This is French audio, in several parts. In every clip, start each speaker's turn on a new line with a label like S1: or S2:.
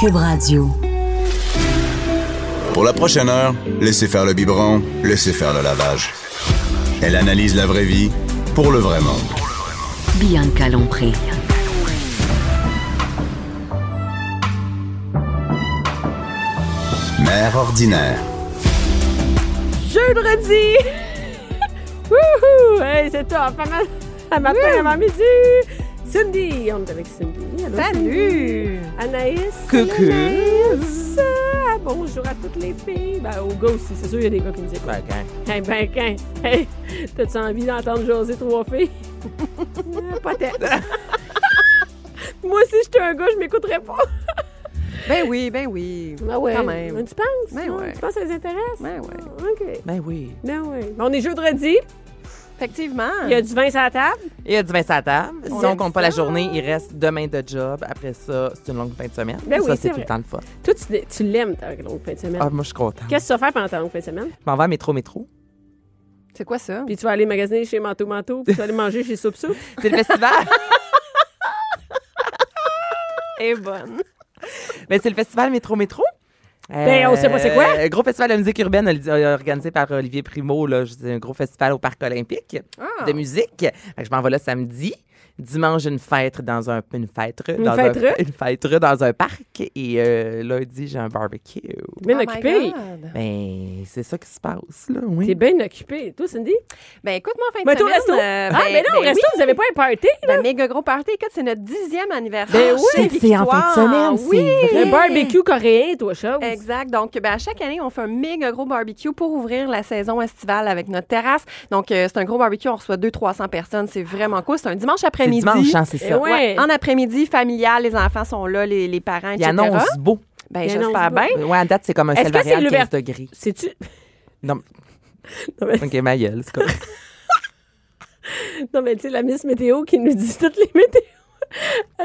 S1: Cube Radio.
S2: Pour la prochaine heure, laissez faire le biberon, laissez faire le lavage. Elle analyse la vraie vie pour le vrai monde.
S1: Bianca Lompré.
S2: Mère ordinaire.
S3: Jeudi! Wouhou! Hey, c'est top! À, ma- à matin, avant midi! Cindy! On est avec Cindy. Allô, Cindy.
S4: Salut!
S3: Anaïs!
S4: Coucou.
S3: Salut, Anaïs. Ah, Bonjour à toutes les filles! Ben, aux gars aussi, c'est sûr, il y a des gars qui me disent.
S4: Ben, quand?
S3: Hey, ben, quand? Hey, t'as-tu envie d'entendre José trois filles? Euh, Peut-être! Moi, si j'étais un gars, je m'écouterais pas!
S4: Ben oui, ben oui.
S3: Ah ouais.
S4: Quand même.
S3: Tu penses?
S4: Ben
S3: hein?
S4: ouais.
S3: Tu penses que ça les intéresse?
S4: Ben ouais.
S3: Ah, OK.
S4: Ben oui.
S3: Ben ouais. Ben, On est jeudi,
S4: Effectivement.
S3: il y a du vin sur la table.
S4: Il y a du vin sur la table. Si
S3: On
S4: on
S3: aime
S4: compte pas la
S3: ça.
S4: journée, il reste demain de job. Après ça, c'est une longue fin de semaine.
S3: Ben oui,
S4: ça,
S3: c'est
S4: c'est tout
S3: vrai.
S4: le temps le fun.
S3: Toi, tu, tu l'aimes ta longue fin de semaine.
S4: Ah, moi, je suis contente.
S3: Qu'est-ce que tu vas faire pendant ta longue fin de semaine?
S4: Je m'en vais à Métro Métro.
S5: C'est quoi ça?
S3: Puis tu vas aller magasiner chez Manteau Manteau, puis tu vas aller manger chez Soup Soup.
S4: C'est le festival.
S3: Et bonne.
S4: ben, c'est le festival Métro Métro.
S3: Ben, on sait pas c'est quoi.
S4: Euh, gros festival de musique urbaine oli- euh, organisé par Olivier Primo. Là, Je dis, un gros festival au Parc olympique
S3: Ah.
S5: Ah,
S4: de
S5: oh
S4: musique. Fait que je m'en vais là samedi. Dimanche, une fête dans un... Une fête
S3: Une
S4: dans
S3: fêtereux?
S4: un... Une fête dans un parc. Et euh, lundi, j'ai un barbecue.
S3: Bien
S5: Oh my
S3: occupé.
S5: God.
S4: Ben, c'est ça qui se passe, là, oui.
S3: T'es bien occupé. Toi, Cindy?
S5: Ben écoute-moi en fin de
S3: Mais toi,
S5: semaine.
S3: resto?
S5: euh,
S3: ah,
S5: ben-
S3: mais non,
S5: ben
S3: resto,
S5: oui.
S3: vous avez pas un party?
S5: Ben, méga gros party. Écoute, c'est notre dixième anniversaire.
S4: Ben oui,
S5: Chez
S4: c'est
S5: Victoire.
S4: en fin de semaine, c'est
S5: Oui.
S3: Un barbecue coréen, toi, chose.
S5: Exact. Donc, ben, à chaque année, on fait un méga gros barbecue pour ouvrir la saison estivale avec notre terrasse. Donc, euh, c'est un gros barbecue. On reçoit 200-300 personnes. C'est vraiment cool. C'est un dimanche
S4: C'est
S5: après-midi.
S4: dimanche, hein, c'est
S3: Eh
S4: ça.
S3: ouais.
S5: Ouais, En après-midi, familial, les enfants sont là, les, les parents,
S4: Il
S5: etc.
S4: annonce beau.
S5: Ben,
S3: Il annonce
S5: j'espère bien.
S4: Ouais, à date, c'est comme un
S3: Est-ce que
S4: Salvarial
S3: c'est
S4: 15
S3: l'ouvert-
S4: degrés.
S3: C'est-tu.
S4: Non,
S3: Non, mais,
S4: OK, ma gueule, c'est correct.
S3: non, mais tu sais, la Miss Météo qui nous dit toutes les météos.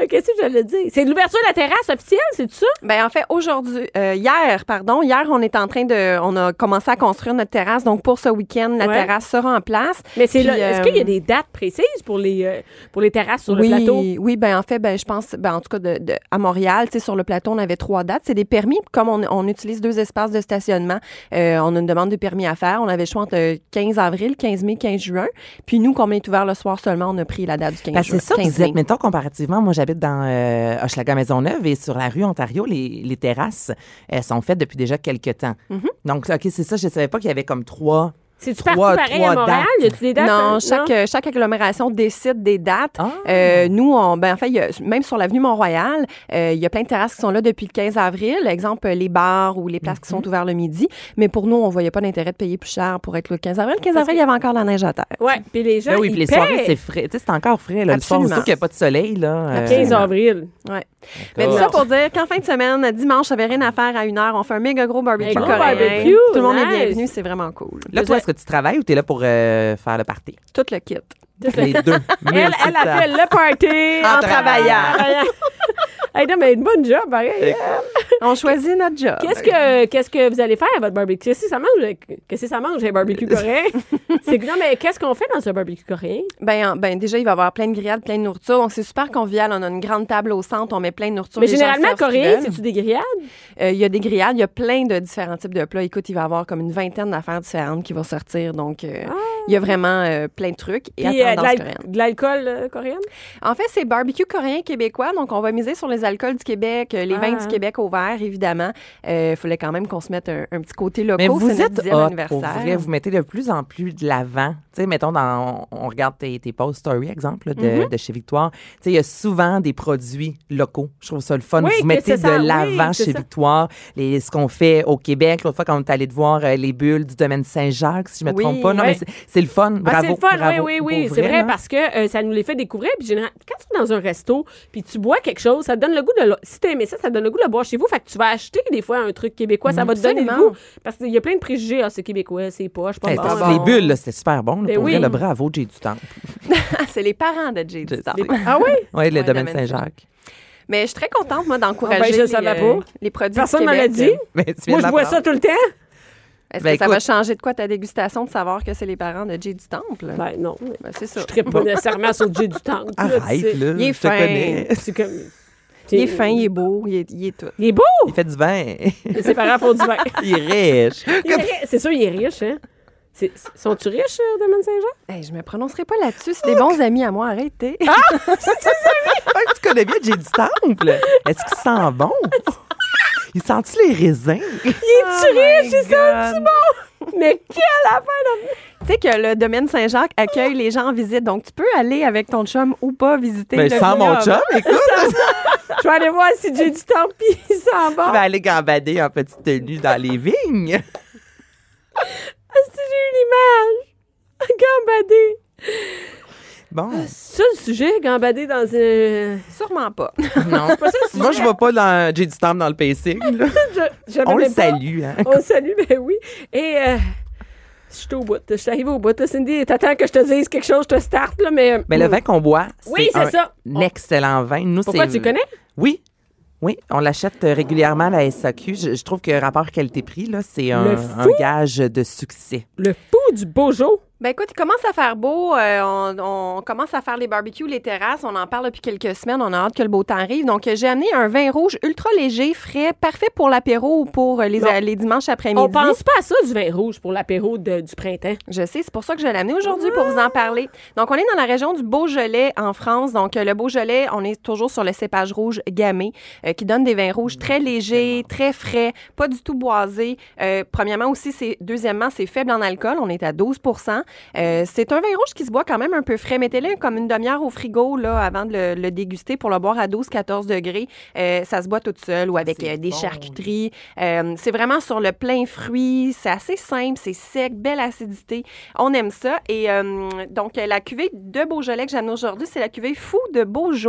S3: Euh, Qu'est-ce que j'allais dire? C'est l'ouverture de la terrasse officielle, c'est ça?
S5: Ben en fait aujourd'hui, euh, hier pardon, hier on est en train de, on a commencé à construire notre terrasse. Donc pour ce week-end, la
S3: Ouais.
S5: terrasse sera en place.
S3: Mais c'est
S5: Puis,
S3: là. Est-ce
S5: euh,
S3: qu'il y a des dates précises pour les, euh, pour les terrasses sur
S5: oui,
S3: le plateau?
S5: Oui, ben en fait, ben je pense, ben en tout cas de, de- à Montréal, tu sais, sur le plateau, on avait trois dates. C'est des permis, comme on, on utilise deux espaces de stationnement, euh, on a une demande de permis à faire. On avait le choix entre euh, 15 avril, 15 mai, 15 juin. Puis nous, comme on est ouvert le soir seulement, on a pris la date du 15
S4: Parce que
S5: juin.
S4: Ben, c'est ça,
S5: 15
S4: vous êtes,
S5: mai.
S4: mettons, comparativement, moi, j'habite dans euh, Hochelaga Maisonneuve et sur la rue Ontario, les, les terrasses elles sont faites depuis déjà quelques temps. Donc, OK, c'est ça, je savais pas qu'il y avait comme trois.
S3: C'est-tu partout
S4: Trois-
S3: pareil à
S4: trois
S3: Montréal?
S4: dates.
S3: Y a-tu des dates?
S5: Non,
S3: euh,
S5: chaque, euh, chaque agglomération décide des dates.
S4: Ah.
S5: Euh, nous, on, ben, en fait, il y a- même sur l'avenue Mont-Royal, euh, il y a plein de terrasses qui sont là depuis le 15 avril. Exemple, les bars ou les places qui
S3: Mhm.
S5: sont ouvertes le midi. Mais pour nous, on voyait pas d'intérêt de payer plus cher pour être le 15 avril. Le 15 avril, il y avait encore la neige à terre.
S3: Ouais, puis les gens.
S4: Ben oui,
S3: ils
S4: puis les
S3: paient.
S4: soirées, c'est frais. Tu sais, c'est encore frais, là. Le
S5: Absolument.
S4: soir, surtout qu'il n'y a pas de soleil, là. euh,
S3: 15 avril.
S5: Ouais. Mais tout ça pour dire qu'en fin de semaine, dimanche, j'avais rien à faire à une heure. On fait un méga gros barbecue
S3: Un gros
S5: coréen.
S3: barbecue,
S5: Tout le monde
S3: nice.
S5: est bienvenu, c'est vraiment cool.
S4: Là, toi, est-ce que tu travailles ou tu es là pour euh, faire le party?
S5: Tout le kit.
S4: Les deux.
S3: Elle, elle appelle le party
S4: En
S3: travaillant. hey, non, mais une bonne job, pareil.
S5: On choisit notre job.
S3: Qu'est-ce que, qu'est-ce que vous allez faire à votre barbecue? Qu'est-ce que ça mange? Qu'est-ce que ça mange, un barbecue coréen? c'est que, non, mais qu'est-ce qu'on fait dans ce barbecue coréen?
S5: Ben, en- ben, déjà, il va y avoir plein de grillades, plein de nourriture. Donc, c'est super convivial. On a une grande table au centre, on met plein de nourriture.
S3: mais
S5: les gens
S3: généralement,
S5: servent ce qu'ils
S3: coréen,
S5: veulent.
S3: c'est-tu des grillades?
S5: Euh, Il y a des grillades, il y a plein de différents types de plats. Écoute, il va y avoir comme une vingtaine d'affaires différentes qui vont sortir. Donc, euh, il y a vraiment euh, plein de trucs. Et
S3: Ah. Puis, euh, de,
S5: attendance
S3: l'al-
S5: coréenne.
S3: de l'alcool euh, coréen?
S5: En fait, c'est barbecue coréen québécois. Donc, on va miser sur les alcools du Québec, euh, les vins
S3: Ah.
S5: du Québec au vert, évidemment. Euh, Il fallait quand même qu'on se mette un, un petit côté local.
S4: Mais vous
S5: c'est notre
S4: êtes
S5: dixième
S4: hot, pour
S5: anniversaire.
S4: vrai. Vous mettez de plus en plus de l'avant Tu sais, mettons, dans, on on regarde tes, tes posts story, exemple, là, de,
S3: Mm-hmm.
S4: de chez Victoire. Tu sais, il y a souvent des produits locaux. Je trouve ça le fun.
S3: Oui,
S4: Vous
S3: que
S4: mettez
S3: c'est ça,
S4: de
S3: oui,
S4: l'avant
S3: c'est
S4: chez
S3: ça.
S4: Victoire les, ce qu'on fait au Québec. L'autre fois, quand on est allé de voir euh, les bulles du domaine Saint-Jacques, si je me
S5: Oui,
S4: trompe pas. Non,
S3: oui.
S4: mais c'est- c'est le fun. Bravo.
S3: Ah, c'est le fun,
S4: bravo,
S3: oui,
S4: pour
S3: oui, oui. C'est vrai,
S4: là.
S3: parce que euh, ça nous les fait découvrir. Puis généralement, quand tu es dans un resto, puis tu bois quelque chose, ça te donne le goût de. le- Si t'aimais ça, ça te donne le goût de le boire chez vous. Fait que tu vas acheter des fois un truc québécois, ça va te donner le
S5: Absolument.
S3: goût. Parce qu'il y a plein de préjugés. Ah, c'est québécois, c'est poche, pas
S4: Hey,
S3: bon.
S4: c'est-
S5: bon.
S4: Les bulles, là, c'était super bon. là,
S3: Ben
S4: pour
S3: oui.
S4: vrai, le bravo, j'ai du temps.
S5: c'est les parents de Jay Dutton.
S3: Ah oui?
S4: Oui, le
S5: Ouais,
S4: domaine
S5: domaine
S4: Saint-Jacques.
S5: Mais je suis très contente, moi, d'encourager
S3: Ah ben, je
S5: les,
S3: savais
S5: euh,
S3: pas.
S5: les produits. du
S3: Personne ne me l'a
S5: Québec.
S3: dit.
S4: Mais tu viens
S3: Moi,
S4: de
S3: je bois ça
S4: l'apprendre.
S3: tout le temps.
S5: Est-ce
S4: Ben,
S5: que ça va
S4: écoute.
S5: changer de quoi ta dégustation de savoir que c'est les parents de Jay du Temple?
S3: Ben non.
S5: Ben, c'est ça.
S3: Je tripe pas nécessairement sur Jay du temps.
S4: Arrête, là.
S5: il est
S4: je te
S5: fin.
S4: connais.
S3: C'est comme.
S5: Il est fin, il est beau, il est, il est tout.
S3: Il est beau!
S4: Il fait du vin.
S3: Ses parents font du vin.
S4: il est riche.
S3: Il est ri- C'est sûr, il est riche, hein? C'est- Sont-tu riches, euh, Domaine Saint-Jean?
S5: Hey, je me prononcerai pas là-dessus. C'est des bons amis à moi, arrêtez.
S3: Ah,
S4: Fait que tu connais bien Jay du Temple. Est-ce qu'il sent bon? Il sent-tu les raisins?
S3: Es-tu riche? Il sent-tu bon? Mais quelle affaire!
S5: tu sais que le domaine Saint-Jacques accueille les gens en visite, donc tu peux aller avec ton chum ou pas visiter
S4: Mais
S5: le
S4: sans Ben, mon
S5: vignoble.
S4: chum, écoute,
S3: Je vais aller voir si j'ai du temps, puis il sent bon.
S4: il va
S5: Ben,
S4: aller gambader en petite tenue dans les vignes.
S3: Si j'ai une image. Gambadé.
S4: Bon,
S3: C'est ça le sujet, gambader dans un.
S5: Sûrement pas.
S4: non. Moi, je vois pas dans Jay du Temple dans le pacing. là.
S3: Je- j'avais
S4: On le
S3: même pas-
S4: salue, hein?
S3: On le salue, ben oui. Et euh, je suis au bout. Je suis arrivée au bout. Cindy, t'attends que je te dise quelque chose, je te starte, là, mais. hmm.
S4: Mais le vin qu'on boit,
S3: Oui,
S4: c'est
S3: c'est
S4: un
S3: ça.
S4: excellent vin. Nous,
S3: Pourquoi
S4: c'est-
S3: tu le connais?
S4: Oui. Oui, on l'achète euh, régulièrement à la SAQ. Je, je trouve que rapport qualité-prix, là, c'est un,
S3: Le
S4: un gage de succès.
S3: Le pou du Beaujolais.
S5: Ben écoute, il commence à faire beau. euh, on, on commence à faire les barbecues, les terrasses. On en parle depuis quelques semaines. On a hâte que le beau temps arrive. Donc, euh, j'ai amené un vin rouge ultra léger, frais, parfait pour l'apéro ou pour euh, les,
S3: Non.
S5: euh, les dimanches après-midi.
S3: On pense pas à ça du vin rouge pour l'apéro de- du printemps.
S5: Je sais, c'est pour ça que je l'ai amené aujourd'hui pour vous en parler. Donc, on est dans la région du Beaujolais en France. Donc, euh, le Beaujolais, on est toujours sur le cépage rouge gamay euh, qui donne des vins rouges très légers, très frais, pas du tout boisés. Euh, premièrement aussi, c'est deuxièmement, c'est faible en alcool. On est à 12 Euh, C'est un vin rouge qui se boit quand même un peu frais. Mettez-le comme une demi-heure au frigo là, avant de le, le déguster pour le boire à 12-14 degrés. Euh, ça se boit toute seule ou avec euh, des charcuteries. Euh, c'est vraiment sur le plein fruit. C'est assez simple, c'est sec, belle acidité. On aime ça. Et euh, donc, euh, la cuvée de Beaujolais que j'amène aujourd'hui, c'est la cuvée Fou de Beaujolais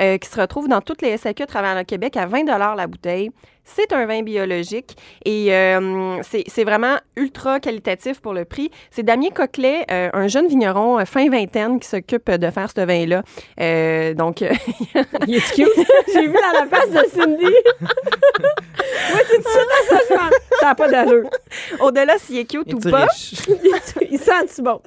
S5: euh, qui se retrouve dans toutes les SAQ à travers le Québec à 20 la bouteille. C'est un vin biologique et euh, c'est c'est vraiment ultra qualitatif pour le prix. C'est Damien Coquelet, euh, un jeune vigneron euh, fin vingtaine qui s'occupe de faire ce vin-là. Euh, donc,
S3: Il est cute. J'ai vu dans la face de Cindy. oui, c'est tout ça dans sa chambre. Ça n'a pas d'allure.
S5: au-delà s'il est cute ou
S4: Es-tu
S5: pas,
S4: riche?
S3: Il sent-tu bon?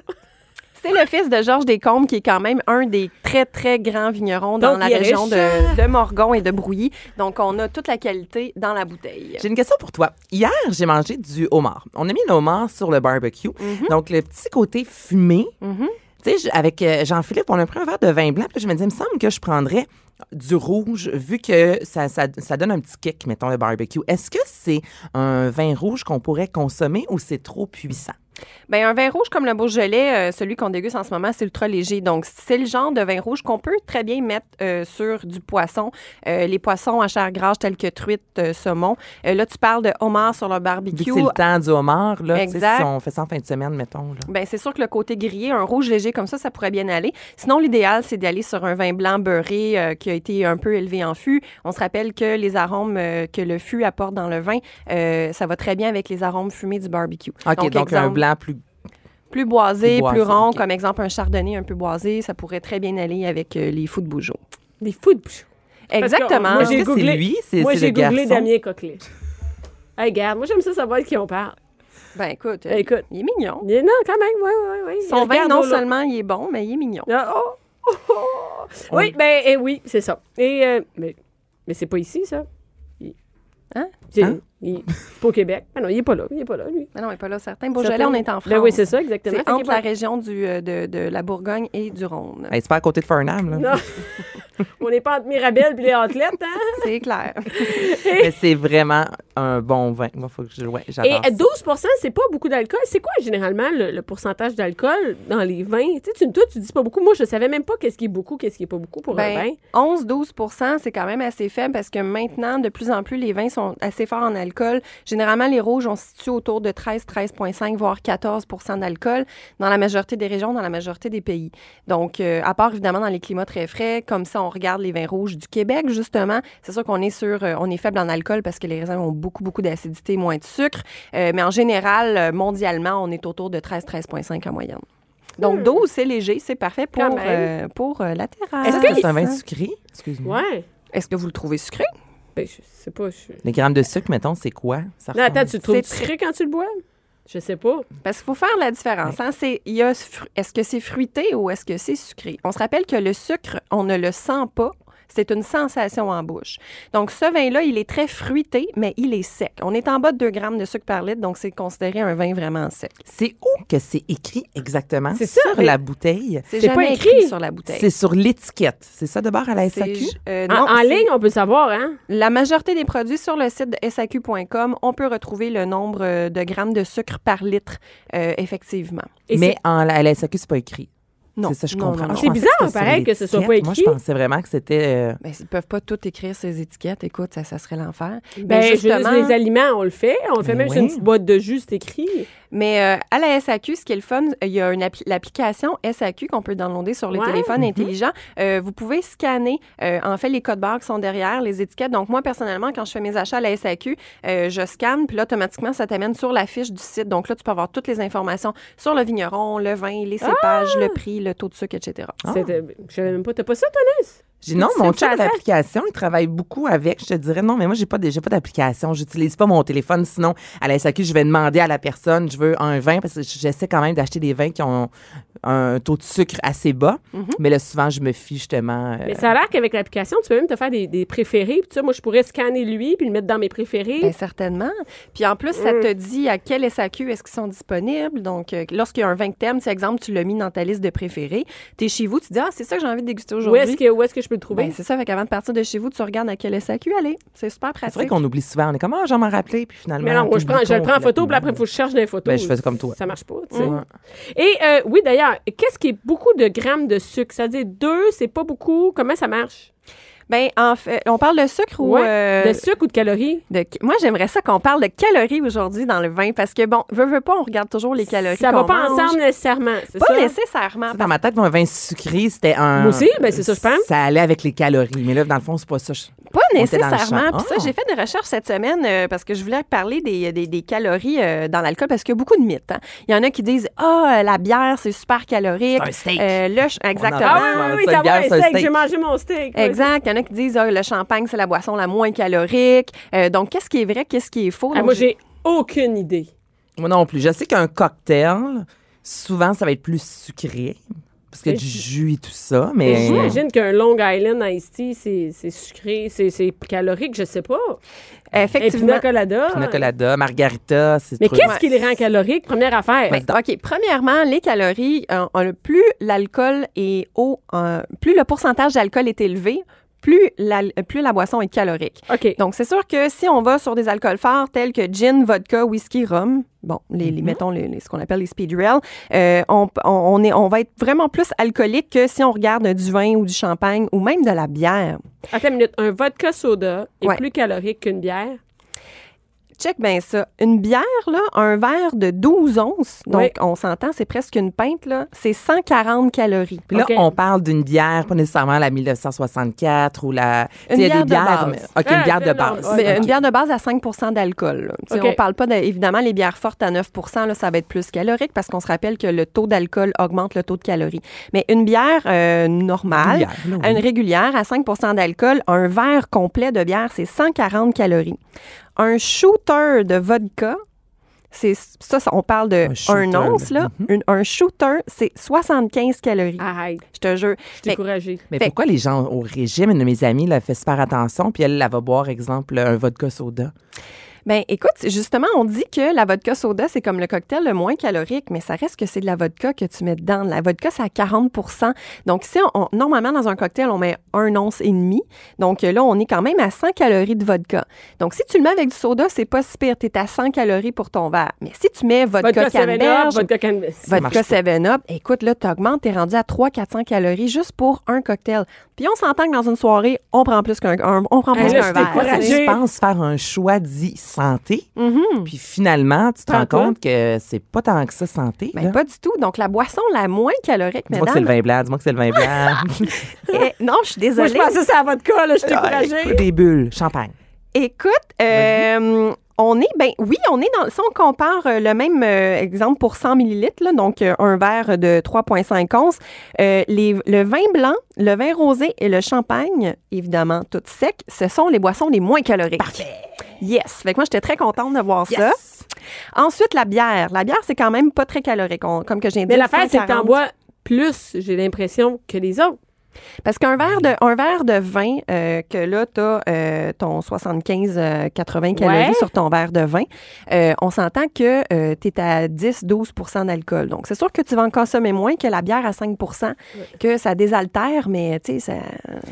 S5: C'est le fils de Georges Descombes, qui est quand même un des très, très grands vignerons dans
S3: Donc,
S5: la
S3: il est
S5: région
S3: riche.
S5: de, de Morgon et de Brouilly. Donc, on a toute la qualité dans la bouteille.
S4: J'ai une question pour toi. Hier, j'ai mangé du homard. On a mis le homard sur le barbecue.
S3: Mm-hmm.
S4: Donc, le petit côté fumé.
S5: Mhm.
S4: Tu sais, je- avec euh, Jean-Philippe, on a pris un verre de vin blanc. Puis là, je me dis, il me semble que je prendrais du rouge, vu que ça, ça, ça donne un petit kick, mettons, le barbecue. Est-ce que c'est un vin rouge qu'on pourrait consommer ou c'est trop puissant?
S5: Ben, un vin rouge comme le Beaujolais, euh, celui qu'on déguste en ce moment, c'est ultra léger. Donc, c'est le genre de vin rouge qu'on peut très bien mettre euh, sur du poisson. Euh, les poissons à chair grasse tels que truite, euh, saumon. Euh, là, tu parles de homard sur le
S4: Vu que
S5: barbecue.
S4: c'est le temps du homard, là, tu sais,
S5: Exact.
S4: si on fait ça en fin de semaine, mettons. Là.
S5: Ben, c'est sûr que le côté grillé, un rouge léger comme ça, ça pourrait bien aller. Sinon, l'idéal, c'est d'aller sur un vin blanc beurré euh, qui a été un peu élevé en fût. On se rappelle que les arômes euh, que le fût apporte dans le vin, euh, ça va très bien avec les arômes fumés du barbecue.
S4: OK, donc, un
S5: exemple,
S4: blanc plus...
S5: plus boisé,
S4: plus
S5: plus,
S4: boisé,
S5: rond,
S4: ok.
S5: comme exemple un chardonnay un peu boisé, ça pourrait très bien aller avec euh, les fous de Bougeot.
S3: Des fous de bouchon.
S5: Exactement.
S3: moi,
S4: Est-ce
S3: j'ai
S4: que c'est
S3: googlé-
S4: lui? C'est
S3: Moi,
S4: c'est
S3: j'ai
S4: le
S3: googlé
S4: garçon?
S3: Damien Coquelet. Hey, regarde, moi, j'aime ça savoir de qui on parle.
S5: Ben écoute, euh,
S3: Écoute.
S5: il est mignon.
S3: Mais non, quand même, oui, oui, oui.
S5: Son vin,
S3: Regarde,
S5: non
S3: oh, là.
S5: seulement il est bon, mais il est mignon.
S3: Ah, oh, oh, oh. Oui, ben, eh oui, c'est ça. Et, euh, mais mais c'est pas ici, ça.
S5: Hein?
S3: C'est-
S4: Hein?
S3: Il est pas au Québec. Ah non, il est pas là. Il est pas là, lui.
S5: Mais non, mais pas là, certain. Beaujolais, on est en France.
S3: Ben oui, c'est ça, exactement.
S5: C'est
S3: Fait qu'il
S5: entre
S3: est
S5: la région du, euh, de, de la Bourgogne et du Rhône.
S4: Hey, c'est pas à côté de Farnham, là.
S3: pas- Non. on n'est pas entre Mirabelle puis les athlètes, hein?
S5: C'est clair.
S4: Mais c'est vraiment un bon vin. Moi, faut que je. Ouais,
S3: Et euh,
S4: j'adore.
S3: à 12 c'est pas beaucoup d'alcool. C'est quoi généralement le, le pourcentage d'alcool dans les vins? Tu sais, tu, toi, tu dis pas beaucoup. Moi, je savais même pas qu'est-ce qui est beaucoup, qu'est-ce qui est pas beaucoup pour un vin.
S5: Ben, 11-12 c'est quand même assez faible parce que maintenant, de plus en plus, les vins sont assez forts en alcool. Généralement, les rouges, on se situe autour de 13, 13,5, voire 14 d'alcool dans la majorité des régions, dans la majorité des pays. Donc, euh, à part évidemment dans les climats très frais, comme ça, on regarde les vins rouges du Québec, justement. C'est sûr qu'on est sur, euh, on est faible en alcool parce que les raisins ont beaucoup, beaucoup d'acidité, moins de sucre. Euh, mais en général, euh, mondialement, on est autour de 13, 13,5 en moyenne. Donc, 12, c'est léger, c'est parfait pour,
S3: Hmm. Quand même.
S5: euh, pour euh, la terrasse.
S4: Est-ce que c'est un vin sucré? Excuse-moi.
S3: Ouais.
S5: Est-ce que vous le trouvez sucré?
S3: Ben, je sais pas. je-
S4: Les grammes de sucre, mettons, c'est quoi? Ça
S3: Non, attends,
S4: ressemble-
S3: tu le trouves
S5: C'est
S3: sucré quand tu le bois? Je sais pas.
S5: Parce qu'il faut faire la différence. hein. C'est, il y a fru- est-ce que c'est fruité ou est-ce que c'est sucré? On se rappelle que le sucre, on ne le sent pas. C'est une sensation en bouche. Donc, ce vin-là, il est très fruité, mais il est sec. On est en bas de 2 grammes de sucre par litre, donc c'est considéré un vin vraiment sec.
S4: C'est où que c'est écrit exactement?
S3: C'est ça,
S4: Sur
S3: mais-
S4: la bouteille.
S5: C'est,
S3: C'est
S5: jamais
S3: pas
S5: écrit.
S3: écrit.
S5: sur la bouteille.
S4: C'est sur l'étiquette. C'est ça de bord à la
S5: C'est
S4: SAQ?
S5: ju- euh,
S3: En,
S5: non,
S3: en
S5: c'est-
S3: ligne, on peut le savoir, hein?
S5: La majorité des produits sur le site de SAQ.com, on peut retrouver le nombre euh, de grammes de sucre par litre, euh, effectivement.
S3: Et
S4: Mais en, la- à la SAQ, c'est pas écrit.
S5: Non,
S4: C'est ça, je
S5: non, non,
S4: comprends.
S5: non.
S4: Je
S3: C'est
S4: pensais
S3: bizarre,
S4: que c'était sur
S3: pareil, que ce soit pas
S4: l'étiquette. Moi, je
S3: écrit.
S4: pensé vraiment que c'était. euh,
S5: Ben, ils peuvent pas tout écrire ces étiquettes. Écoute, ça, ça serait l'enfer.
S3: Ben,
S5: Ben,
S3: je veux dire,
S5: justement-
S3: les aliments, on le fait. On le fait
S4: Mais
S3: même sur une
S4: ouais.
S3: petite boîte de jus, c'est écrit.
S5: Mais euh, à la SAQ, ce qui est le fun, euh, il y a une appli- l'application SAQ qu'on peut downloader sur les
S3: Ouais.
S5: téléphones intelligents. Euh, vous pouvez scanner, euh, en fait, les codes barres qui sont derrière, les étiquettes. Donc, moi, personnellement, quand je fais mes achats à la SAQ, euh, je scanne, puis là, automatiquement, ça t'amène sur la fiche du site. Donc, là, tu peux avoir toutes les informations sur le vigneron, le vin, les cépages, le prix, le taux de sucre, etc.
S4: Ah.
S3: C'était- euh, Je savais même pas. T'as pas ça, toi, Lise?
S4: J'ai non,
S3: Tu
S4: mon
S3: sais que ça
S4: chat
S3: fait?
S4: l'application, il travaille beaucoup avec. Je te dirais non, mais moi j'ai pas de- j'ai pas d'application, j'utilise pas mon téléphone. Sinon, à la SAQ, je vais demander à la personne, je veux un vin parce que j'essaie quand même d'acheter des vins qui ont un taux de sucre assez bas. Mais là souvent, je me fie justement. euh,
S3: Mm-hmm. Mais ça a l'air qu'avec l'application, tu peux même te faire des, des préférés. Puis, tu sais, moi, je pourrais scanner lui puis le mettre dans mes préférés.
S5: Bien, Ben, certainement. Puis en plus,
S3: Mm.
S5: ça te dit à quel SAQ est-ce qu'ils sont disponibles. Donc, euh, lorsqu'il y a un vin que t'aimes, c'est exemple, tu l'as mis dans ta liste de préférés. Tu es chez vous, tu dis, ah, c'est ça que j'ai envie de déguster
S3: où
S5: aujourd'hui.
S3: est-ce que, où est-ce que je peux le trouver?
S5: Ben, c'est ça, fait qu'avant de partir de chez vous, tu regardes à quel SAQ aller. C'est super pratique.
S4: c'est vrai qu'on oublie souvent, on est comme ah, j'en m'en rappelais puis finalement.
S3: Mais non, moi, je, prends, je le prends en photo, puis après, il faut que Mm. je cherche des photos.
S4: Ben, je fais comme toi.
S3: Ça marche pas, tu sais.
S4: Ouais.
S3: Et euh, oui, d'ailleurs, qu'est-ce qui est beaucoup de grammes de sucre? Ça veut dire deux, c'est pas beaucoup. Comment ça marche?
S5: Ben, en fait, on parle de sucre ou.
S3: Ouais,
S5: euh,
S3: De sucre ou de calories?
S5: de- Moi, j'aimerais ça qu'on parle de calories aujourd'hui dans le vin parce que, bon, veux, veux pas, on regarde toujours les calories.
S3: ça va
S5: qu'on
S3: pas
S5: mange.
S3: ensemble nécessairement. C'est
S5: Pas
S3: ça?
S5: nécessairement.
S4: Ça, Dans ma tête, un vin sucré, c'était un.
S3: Moi aussi, ben, c'est ça, je pense.
S4: Ça allait avec les calories, mais là, dans le fond, c'est pas ça. Je-
S5: Pas
S4: On était dans le
S5: nécessairement.
S4: champ.
S5: Puis ça,
S4: Ah.
S5: j'ai fait des recherches cette semaine euh, parce que je voulais parler des, des- des calories euh, dans l'alcool parce qu'il y a beaucoup de mythes. hein. Il y en a qui disent Ah, la bière, c'est super calorique.
S4: C'est un steak.
S5: Euh, le ch- exactement.
S4: Ah,
S3: Ah oui, oui,
S4: ça,
S3: ça
S4: une bière,
S3: va, un
S4: ça, un
S3: steak.
S4: steak.
S3: J'ai mangé mon steak. oui.
S5: Exact. Il y en a qui disent Ah, le champagne, c'est la boisson la moins calorique. Euh, donc, qu'est-ce qui est vrai, qu'est-ce qui est faux?
S3: Ah,
S5: Donc,
S3: moi, j'ai aucune idée.
S4: Moi non plus. Je sais qu'un cocktail, souvent, ça va être plus sucré. Parce que
S3: Et
S4: du
S3: je-
S4: jus et tout ça,
S3: Mais
S4: mais.
S3: J'imagine qu'un Long Island Iced Tea, c'est c'est sucré, c'est- c'est calorique, je sais pas. Et
S5: effectivement.
S3: pina colada.
S4: Pina colada, margarita, c'est
S3: Mais
S4: trucs.
S3: qu'est-ce qui les rend caloriques? Première affaire.
S5: Ben, OK. Premièrement, les calories, euh, on a- plus l'alcool est haut, euh, plus le pourcentage d'alcool est élevé, plus la, plus la boisson est calorique.
S3: OK.
S5: Donc, c'est sûr que si on va sur des alcools forts tels que gin, vodka, whisky, rhum, bon, les, les- mettons les- les- ce qu'on appelle les speed rail, euh, on, on- on est, on va être vraiment plus alcoolique que si on regarde du vin ou du champagne ou même de la bière.
S3: Attends une minute. Un vodka soda est
S5: Ouais.
S3: plus calorique qu'une bière.
S5: Check bien ça. Une bière, là, un verre de 12 onces, donc
S3: Oui.
S5: on s'entend, c'est presque une pinte, là, c'est 140 calories.
S4: Puis là,
S3: Ok.
S4: on parle d'une bière, pas nécessairement la 1964 ou la. tu sais,
S5: Une
S4: il y a
S5: bière
S4: des
S5: de
S4: bières.
S5: base.
S4: mais- OK,
S3: Ah,
S4: une bière de
S3: non,
S4: base.
S3: ouais,
S5: Mais
S4: OK.
S5: une bière de base à 5 d'alcool. là. Tu sais,
S3: OK.
S5: On parle pas de- évidemment les bières fortes à 9 là, ça va être plus calorique parce qu'on se rappelle que le taux d'alcool augmente le taux de calories. Mais une bière euh, normale,
S4: Régulière, là, oui.
S5: à une régulière à 5 d'alcool, un verre complet de bière, c'est 140 calories. Un shooter de vodka, c'est ça, ça, on parle de
S4: Un shooter,
S5: un once là,
S4: là. Mhm.
S5: Une- un shooter, c'est 75 calories.
S4: Ah.
S3: Arrête.
S5: Je te jure.
S3: Je suis
S5: Mais-
S3: découragée.
S4: Mais
S5: Fait-
S4: pourquoi les gens au régime, une de mes amies, elle fait super attention, puis elle, elle va boire, exemple, un vodka soda.
S5: Ben écoute, justement, on dit que la vodka soda, c'est comme le cocktail le moins calorique, mais ça reste que c'est de la vodka que tu mets dedans. La vodka, c'est à 40 Donc, si on, on- normalement, dans un cocktail, on met un once et demi. Donc euh, là, on est quand même à 100 calories de vodka. Donc, si tu le mets avec du soda, c'est pas si pire. Tu es à 100 calories pour ton verre. Mais si tu mets vodka,
S3: Vodka 7 Up,
S5: canneberge,
S3: vodka cannabis.
S4: marche
S5: Vodka
S4: pas.
S5: 7-Up, écoute, là, t'augmentes, t'es rendu à 300-400 calories juste pour un cocktail. Puis on s'entend que dans une soirée, on prend plus qu'un un- on prend
S3: Hey,
S5: plus
S3: Euh, là,
S5: qu'un
S3: je t'ai
S5: verre.
S4: Moi, ça,
S3: Encourager.
S4: je pense faire un choix dit santé.
S5: Mhm.
S4: Puis finalement, tu te
S3: Pas
S4: rends
S3: tout.
S4: compte que c'est pas tant que ça santé.
S5: Ben,
S4: là.
S5: pas du tout. Donc, la boisson la moins calorique,
S4: Dis-moi que c'est le
S5: mesdames,
S4: vin blanc, dis-moi que c'est le vin blanc.
S5: est- Non, je suis
S3: Moi, je
S5: désolée.
S3: pensais ça à vodka, là, je suis
S4: Ah,
S3: découragée.
S4: écoute, Des bulles, champagne.
S5: Écoute, euh, on est, ben oui, on est dans, si on compare euh, le même euh, exemple pour 100 millilitres, là, donc euh, un verre de 3,5 onces, euh, les- le vin blanc, le vin rosé et le champagne, évidemment, tout sec, ce sont les boissons les moins caloriques. Parfait. Yes. Fait que moi, j'étais très contente de voir ça. Ensuite, la bière. La bière, c'est quand même pas très calorique, on- comme que j'ai dit.
S3: Mais l'affaire, c'est que t'en
S5: 140.
S3: bois plus, j'ai l'impression, que les autres.
S5: Parce qu'un verre de un verre de vin euh, que là t'as euh, ton 75 euh, 80 calories
S3: Ouais.
S5: sur ton verre de vin, euh, on s'entend que euh, tu es à 10 12 d'alcool. Donc c'est sûr que tu vas en consommer moins que la bière à 5 que ça désaltère mais tu sais ça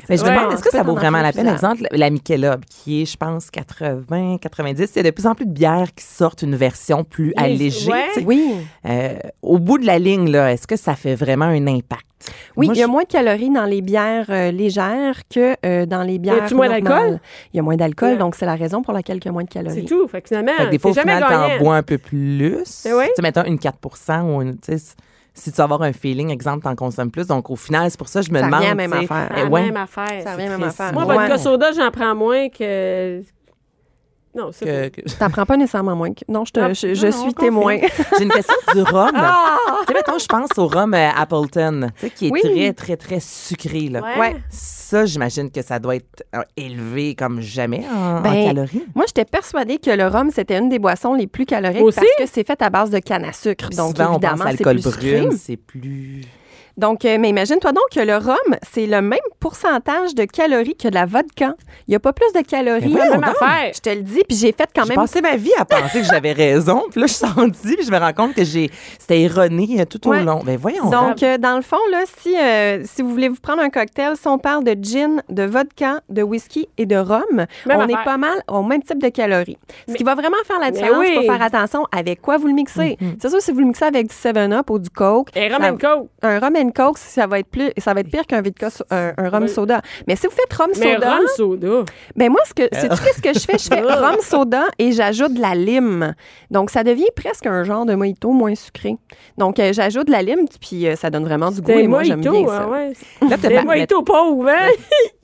S4: Mais je me
S3: Ouais,
S4: demande, est-ce que
S5: tu
S4: ça
S5: peux
S4: vaut
S5: t'en
S4: vraiment la
S5: enfiler
S4: peine?
S5: plusieurs.
S4: Exemple, la Michelob, qui est, je pense, 80, 90. Il y a de plus en plus de bières qui sortent une version plus
S3: Les-
S4: allégée.
S3: ouais.
S4: tu sais.
S5: Oui.
S4: Euh, au bout de la ligne, là, est-ce que ça fait vraiment un impact?
S5: Oui,
S4: Moi,
S5: il y a
S4: je-
S5: moins de calories dans les bières euh, légères que euh, dans les bières
S3: a-tu moins
S5: normales.
S3: d'alcool?
S5: Il y a moins d'alcool,
S3: Ouais.
S5: donc c'est la raison pour laquelle il y a moins de calories.
S3: C'est tout. Fait que finalement,
S4: Fait que des fois, au
S3: c'est jamais
S4: final, t'en
S3: gagnant.
S4: bois un peu plus.
S3: Eh oui.
S4: Tu sais, mettons une 4 ou une, tu sais, si tu vas avoir un feeling, exemple, t'en consommes plus. Donc, au final, c'est pour ça que je me
S5: Ça revient
S4: demande.
S5: à la même
S4: tu sais,
S5: affaire.
S4: eh
S3: La
S4: ouais,
S3: même affaire.
S5: Ça
S4: c'est
S5: revient à la même
S4: très
S5: affaire.
S3: Moi,
S4: similaire.
S5: Ouais.
S3: vodka soda, j'en prends moins que. Non, c'est
S4: Que- que-
S5: T'en prends pas nécessairement moins. que- Non, je, te-
S4: Ah,
S5: je, je
S4: non, on
S5: suis
S4: confirme.
S5: témoin.
S4: J'ai une question du rhum. Tu sais, mettons, je pense au rhum euh, Appleton, tu sais, qui est
S5: Ah! Oui.
S4: très, très, très sucré. Là.
S3: Ouais. Ouais.
S4: Ça, j'imagine que ça doit être euh, élevé comme jamais en, en
S5: Ben,
S4: calories.
S5: Moi, j'étais persuadée que le rhum, c'était une des boissons les plus caloriques
S3: Aussi?
S5: parce que c'est fait à base de canne à sucre.
S4: Puis
S5: Donc,
S4: souvent, on pense
S5: évidemment,
S4: à
S5: c'est
S4: l'alcool
S5: plus sucré.
S4: brune, c'est plus...
S5: Donc, euh, mais imagine-toi donc que le rhum, c'est le même pourcentage de calories que de la vodka. Il n'y a pas plus de
S4: Mais
S5: calories.
S4: voyons
S3: la même affaire.
S5: Je te le dis, puis j'ai fait quand
S4: J'ai
S5: même...
S4: passé ma vie à penser que j'avais raison. Puis là, je suis sortie, puis je me rends compte que j'ai c'était erroné euh, tout
S5: Ouais.
S4: au long. Ben voyons. donc.
S5: Donc, euh, dans le fond, là, si, euh, si vous voulez vous prendre un cocktail, si on parle de gin, de vodka, de whisky et de rhum,
S3: Même
S5: on
S3: affaire.
S5: est pas mal au même type de calories. Ce qui va vraiment faire la
S3: Mais
S5: différence,
S3: oui.
S5: faut faire attention avec quoi vous le mixez. C'est sûr, si vous le mixez avec du 7-Up ou du Coke,
S3: Et rum
S5: ça-
S3: and coke.
S5: un rum and coke, ça va être plus, ça va être pire qu'un vodka, so- un, un rum
S3: Oui.
S5: soda. Mais si vous faites rum
S3: Mais
S5: soda,
S3: rum soda.
S5: ben moi, ce que, c'est ce que je fais, je fais rum soda et j'ajoute de la lime. Donc ça devient presque un genre de mojito moins sucré. Donc euh, j'ajoute de la lime puis euh, ça donne vraiment du goût
S3: Des
S5: et moi j'aime bien
S3: mojitos,
S5: ça.
S3: hein, ouais.
S4: là, peut-être
S3: Des
S4: ma-
S3: mojitos pauvres, hein?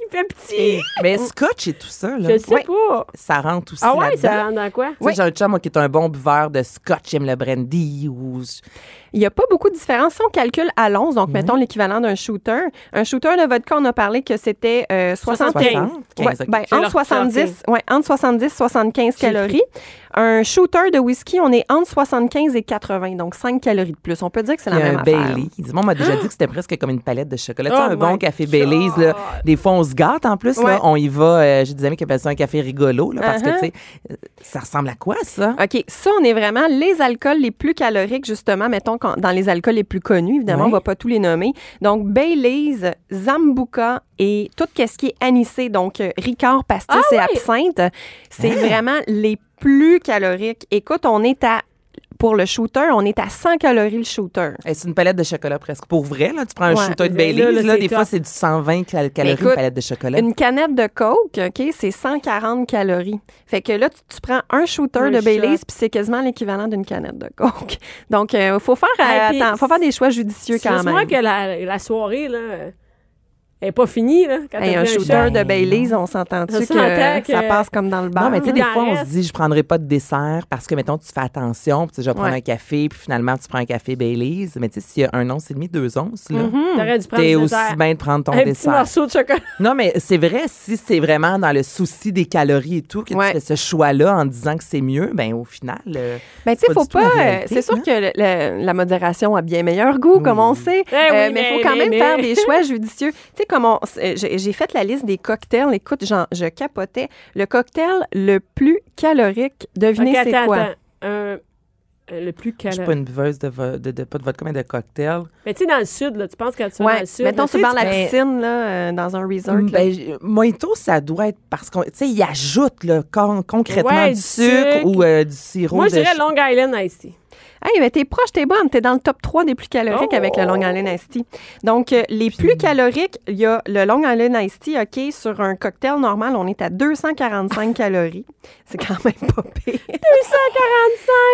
S3: Il fait petit.
S4: Mais scotch et tout ça, là,
S3: Je sais pas.
S4: ça rentre aussi
S3: Ah ouais,
S4: là-dedans.
S3: ça rentre dans quoi?
S4: Tu sais, J'ai un chum moi, qui est un bon buveur de scotch, il aime le brandy ou...
S5: Il n'y a pas beaucoup de différence. Si on calcule à l'once, donc mettons l'équivalent d'un shooter, un shooter de vodka, on a parlé que c'était euh, 60
S3: 75.
S4: 60,
S5: Ouais,
S4: 15, ok.
S5: ben,
S3: J'ai
S5: entre,
S3: leur
S5: 70, ouais, entre 70 75 calories. Un shooter de whisky, on est entre 75 et 80, donc 5 calories de plus. On peut dire que c'est la
S4: Il y a
S5: même
S4: un
S5: affaire.
S4: Bailey's. Moi, on m'a déjà dit que c'était presque comme une palette de chocolat. Tu sais,
S3: Oh
S4: un bon
S3: my
S4: café Bailey's, là, des fois, on se gâte en plus.
S5: Ouais.
S4: Là, on y va. euh, J'ai des amis qui appellent ça un café rigolo là, parce
S5: Uh-huh.
S4: que, tu sais, euh, ça ressemble à quoi, ça?
S5: OK, ça, on est vraiment les alcools les plus caloriques, justement, mettons, quand- dans les alcools les plus connus. Évidemment,
S4: Ouais.
S5: on va pas tous les nommer. Donc, Bailey's, Zambuca et tout ce qui est anisé, donc euh, Ricard,
S4: Ah
S5: pastis et absinthe, c'est
S4: Hein?
S5: vraiment les plus caloriques. Écoute, on est à, pour le shooter, on est à 100 calories le shooter.
S4: Eh, C'est une palette de chocolat presque. Pour vrai, là, tu prends un
S5: Ouais.
S4: shooter de
S3: Mais
S4: Bailey's,
S3: là,
S4: là,
S3: là, c'est
S4: des
S3: top.
S4: fois, c'est du 120 cal- calories,
S5: écoute,
S4: une palette de chocolat.
S5: Une canette de Coke, OK, c'est 140 calories. Fait que là, tu, tu prends un shooter
S3: Un
S5: de
S3: shot.
S5: Baileys, puis c'est quasiment l'équivalent d'une canette de Coke. Donc, il faut, faire,
S3: Ah,
S5: euh,
S3: puis
S5: atten- faut faire des choix judicieux
S3: C'est
S5: quand
S3: juste
S5: même.
S3: moi que la, la soirée, là, elle est pas finie, là. Quand
S5: Hey,
S3: t'as
S5: un
S3: pris
S5: shooter de
S4: Ben,
S5: Baileys, on
S3: Ça
S5: s'entend-tu que,
S3: s'entend que-
S5: ça passe comme dans le bar?
S4: Non, mais tu sais, des
S3: Il en
S4: fois, on
S3: reste.
S4: se dit, je prendrai pas de dessert parce que, mettons, tu fais attention, puis tu sais, je vais prendre
S5: Ouais.
S4: un café, puis finalement, tu prends un café Bailey's. Mais tu sais, s'il y a un once et demi, deux onces, là,
S5: Mm-hmm.
S3: T'aurais dû prendre
S4: t'es
S3: du
S4: aussi
S3: dessert.
S4: bien de prendre ton
S3: un petit
S4: dessert.
S3: morceau de chocolat.
S4: Non, mais c'est vrai, si c'est vraiment dans le souci des calories et tout, que
S5: Ouais.
S4: tu fais ce choix-là en disant que c'est mieux, ben au final. euh,
S5: Ben, tu sais,
S4: c'est pas
S5: faut
S4: du tout la
S5: pas. euh,
S4: réalité,
S5: C'est sûr
S4: hein.
S5: que le- le- la modération a bien meilleur goût, comme on sait.
S3: Eh
S5: Euh,
S3: oui,
S5: mais
S3: mais-
S5: faut quand
S3: mais-
S5: même
S3: mais-
S5: faire des choix judicieux. Tu sais, comme on. c'est- J'ai j'ai fait la liste des cocktails. Écoute, j'en- je capotais. Le cocktail le plus calorique, devinez
S3: Ok,
S5: c'est
S3: attends,
S5: quoi?
S3: attends. Un- un- le plus
S4: Je suis
S3: calme.
S4: pas une buveuse de, vo- de, de- pas de vodka, mais de cocktail.
S3: Mais tu sais, dans le sud, là, tu penses quand tu vas dans
S5: Ouais,
S3: le sud.
S5: mettons,
S3: là, tu
S5: c'est
S3: sais,
S5: dans
S3: tu-
S5: la
S4: fais-
S5: piscine, là, euh, dans un resort.
S3: Mm,
S5: là.
S4: Ben, j- mojito, ça doit être parce qu'on, tu sais, il ajoute là, con- concrètement
S3: Ouais,
S4: du
S3: du
S4: sucre
S3: sucre.
S4: ou euh, du sirop.
S3: Moi, je
S4: de
S3: dirais
S4: ch-
S3: Long Island Ice Tea.
S5: Hey, mais t'es proche, t'es bonne. T'es dans le top 3 des plus caloriques
S3: Oh!
S5: avec le Long Island Iced Tea. Donc, euh, les plus caloriques, il y a le Long Island Iced Tea, OK, sur un cocktail normal, on est à 245 calories. C'est quand même pas pire.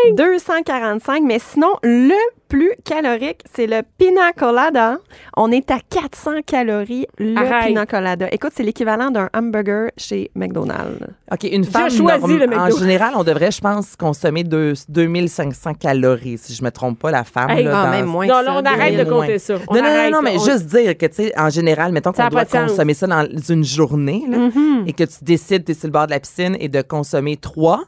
S5: 245! 245, mais sinon, le plus calorique, c'est le pina colada. On est à 400 calories, le
S3: Arrête.
S5: pina colada. Écoute, c'est l'équivalent d'un hamburger chez McDonald's.
S4: OK, une femme,
S3: choisi
S4: norme-
S3: le McDo.
S4: en général, on devrait, je pense, consommer deux- 2500 calories, si je me trompe pas, la femme.
S3: Hey,
S4: là,
S5: Ah,
S4: dans-
S5: même moins
S3: Non,
S5: que
S3: là,
S5: ça,
S3: on arrête de
S4: Bien
S3: compter
S4: loin.
S3: ça. On
S4: Non, non, non,
S3: arrête,
S4: non, mais
S3: on-
S4: juste dire que, tu sais, en général, mettons
S3: Ça
S4: qu'on
S3: a pas
S4: doit
S3: de sens. Mm-hmm.
S4: consommer ça dans une journée, là, et que tu décides, tu es sur le bord de la piscine et de consommer trois,